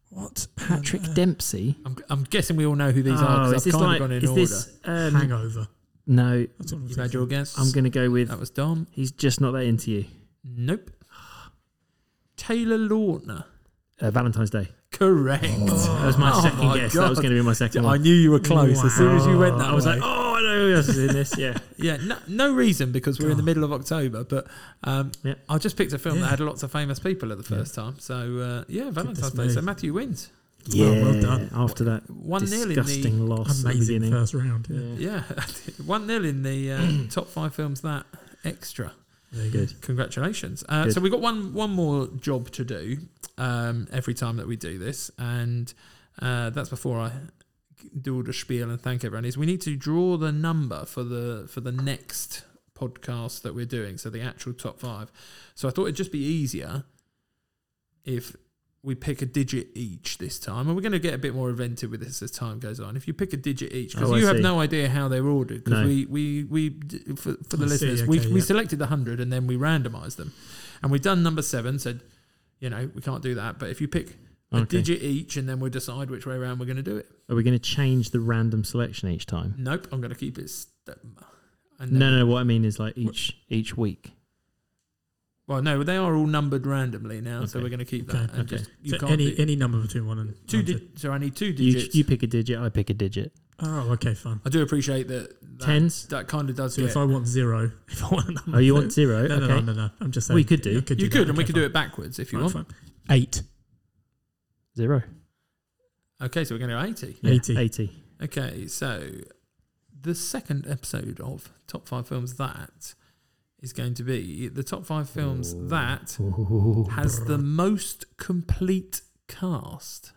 Speaker 3: What? uh,
Speaker 2: Patrick
Speaker 3: on earth?
Speaker 2: Dempsey.
Speaker 1: I'm, I'm guessing we all know who these are
Speaker 2: Oh,
Speaker 1: because I've kind of gone in
Speaker 2: is
Speaker 1: order.
Speaker 2: this? Um,
Speaker 3: Hangover.
Speaker 2: no,
Speaker 3: That's what I'm
Speaker 1: You've had your
Speaker 3: thinking.
Speaker 1: guess.
Speaker 2: I'm going to go with.
Speaker 1: that was Dom.
Speaker 2: He's just not that into you.
Speaker 1: Nope. Taylor Lautner.
Speaker 2: Uh, Valentine's Day.
Speaker 1: Correct.
Speaker 2: That was my
Speaker 1: Oh
Speaker 2: second
Speaker 1: my
Speaker 2: guess. That was
Speaker 1: God.
Speaker 2: going to be my second
Speaker 1: I
Speaker 2: one.
Speaker 1: knew you were close. As soon as you went that
Speaker 2: I was
Speaker 1: way.
Speaker 2: like, oh, I know who else is in
Speaker 1: <laughs>
Speaker 2: this. Yeah.
Speaker 1: Yeah, no, no reason because we're in the
Speaker 3: God.
Speaker 1: middle of October, but um,
Speaker 2: Yeah.
Speaker 1: I just picked a film that
Speaker 3: Yeah.
Speaker 1: had lots of famous people at the first time. So uh, yeah, Valentine's Day.
Speaker 3: me.
Speaker 1: So Matthew wins
Speaker 3: Well, well done.
Speaker 2: After that
Speaker 1: one nil in
Speaker 2: disgusting
Speaker 1: the
Speaker 2: loss at the
Speaker 3: Amazing
Speaker 2: beginning.
Speaker 3: first round. Yeah.
Speaker 2: Yeah.
Speaker 1: yeah <laughs> one nil in the uh, <clears throat> top five films that extra.
Speaker 3: There you go.
Speaker 2: Good.
Speaker 1: Congratulations. Uh,
Speaker 2: Good.
Speaker 1: so we've got one one more job to do um, every time that we do this, and uh, that's before I do all the spiel and thank everyone. Is we need to draw the number for the for the next podcast that we're doing, so the actual top five. So I thought it'd just be easier if we pick a digit each this time, and we're going to get a bit more inventive with this as time goes on. If you pick a digit each, because
Speaker 2: Oh, I
Speaker 1: you have
Speaker 2: see.
Speaker 1: no idea how they're ordered, because
Speaker 2: No.
Speaker 1: we we we d- for, for the
Speaker 3: I see,
Speaker 1: listeners, we,
Speaker 3: okay,
Speaker 1: we
Speaker 3: yeah.
Speaker 1: selected the hundred and then we randomised them, and we've done number seven. So you know we can't do that, but if you pick a
Speaker 2: Okay.
Speaker 1: digit each, and then we'll decide which way around we're going to do it.
Speaker 2: Are we going to change the random selection each time?
Speaker 1: Nope, I'm going to keep it. St- and then-
Speaker 2: No, no. What I mean is like each each week.
Speaker 1: Well, no, they are all numbered randomly now, so
Speaker 2: Okay.
Speaker 1: we're going to keep
Speaker 3: Okay,
Speaker 1: that. And
Speaker 2: okay.
Speaker 1: just you
Speaker 3: so
Speaker 1: can't
Speaker 3: any
Speaker 1: do-
Speaker 3: any number between one and
Speaker 1: two.
Speaker 3: one
Speaker 1: Di- so I need two
Speaker 2: You,
Speaker 1: digits.
Speaker 2: you pick a digit, I pick a digit.
Speaker 3: Oh, okay, fine.
Speaker 1: I do appreciate that. that
Speaker 2: Tens?
Speaker 1: That kind of does
Speaker 3: So
Speaker 1: get.
Speaker 3: if I want zero, <laughs> if I want a number,
Speaker 2: Oh, you want
Speaker 3: two-
Speaker 2: zero?
Speaker 3: No,
Speaker 2: okay.
Speaker 3: no, no, no, no. I'm just saying
Speaker 2: We could do.
Speaker 3: I
Speaker 1: you
Speaker 3: that.
Speaker 1: could, and we
Speaker 3: Okay,
Speaker 1: could do it backwards if you want.
Speaker 3: fine, fine, fine. Eight,
Speaker 2: Zero.
Speaker 1: Okay, so we're going to eighty.
Speaker 2: Yeah,
Speaker 3: 80.
Speaker 2: 80.
Speaker 1: Okay, so the second episode of Top Five Films That is going to be the top five films
Speaker 2: Ooh.
Speaker 1: that
Speaker 2: Ooh.
Speaker 1: has the most complete cast.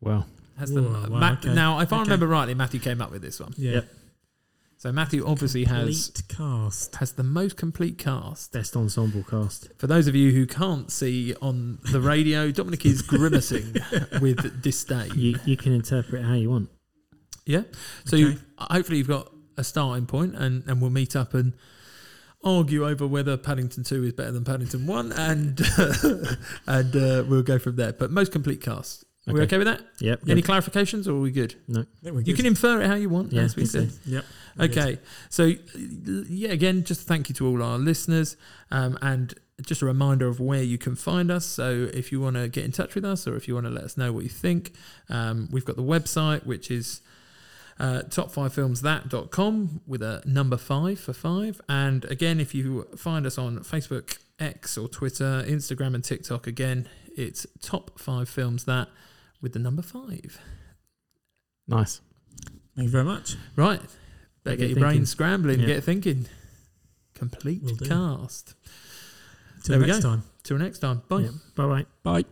Speaker 2: Well,
Speaker 1: Has the
Speaker 3: Whoa, wow,
Speaker 1: Ma-
Speaker 3: okay.
Speaker 1: now, if I
Speaker 3: Okay.
Speaker 1: remember rightly, Matthew came up with this one.
Speaker 3: yeah.
Speaker 2: Yep.
Speaker 1: So Matthew obviously has
Speaker 3: Complete cast.
Speaker 1: has the most complete cast.
Speaker 2: best ensemble cast.
Speaker 1: For those of you who can't see on the radio, Dominic is
Speaker 3: <laughs>
Speaker 1: grimacing with disdain.
Speaker 2: You, you can interpret it how you want.
Speaker 1: So
Speaker 3: Okay.
Speaker 1: you, hopefully you've got a starting point, and and we'll meet up and argue over whether Paddington Two is better than Paddington One, and <laughs> and uh, we'll go from there. But most complete cast. We're
Speaker 2: Okay.
Speaker 1: okay with that?
Speaker 2: Yep.
Speaker 1: Any clarifications, or are we good?
Speaker 3: I think we're
Speaker 1: You
Speaker 3: good.
Speaker 1: can infer it how you want,
Speaker 2: Yeah,
Speaker 1: as we
Speaker 2: I think
Speaker 1: said.
Speaker 2: so.
Speaker 3: Yep. we're good.
Speaker 1: Okay, so yeah, again, just thank you to all our listeners, um, and just a reminder of where you can find us. So if you want to get in touch with us, or if you want to let us know what you think, um, we've got the website, which is uh, top5filmsthat.com with a number five for five. And again, if you find us on Facebook, X, or Twitter, Instagram, and TikTok, again, it's top five films that with the number five.
Speaker 2: Nice.
Speaker 3: Thank you very much.
Speaker 1: Right. Better
Speaker 2: Get
Speaker 1: get your
Speaker 2: thinking.
Speaker 1: brain scrambling,
Speaker 2: Yeah.
Speaker 1: get thinking. Complete
Speaker 3: Will do.
Speaker 1: cast.
Speaker 3: Till
Speaker 1: There we
Speaker 3: next
Speaker 1: go.
Speaker 3: time.
Speaker 1: Till next time. Bye.
Speaker 2: Bye bye.
Speaker 3: Bye.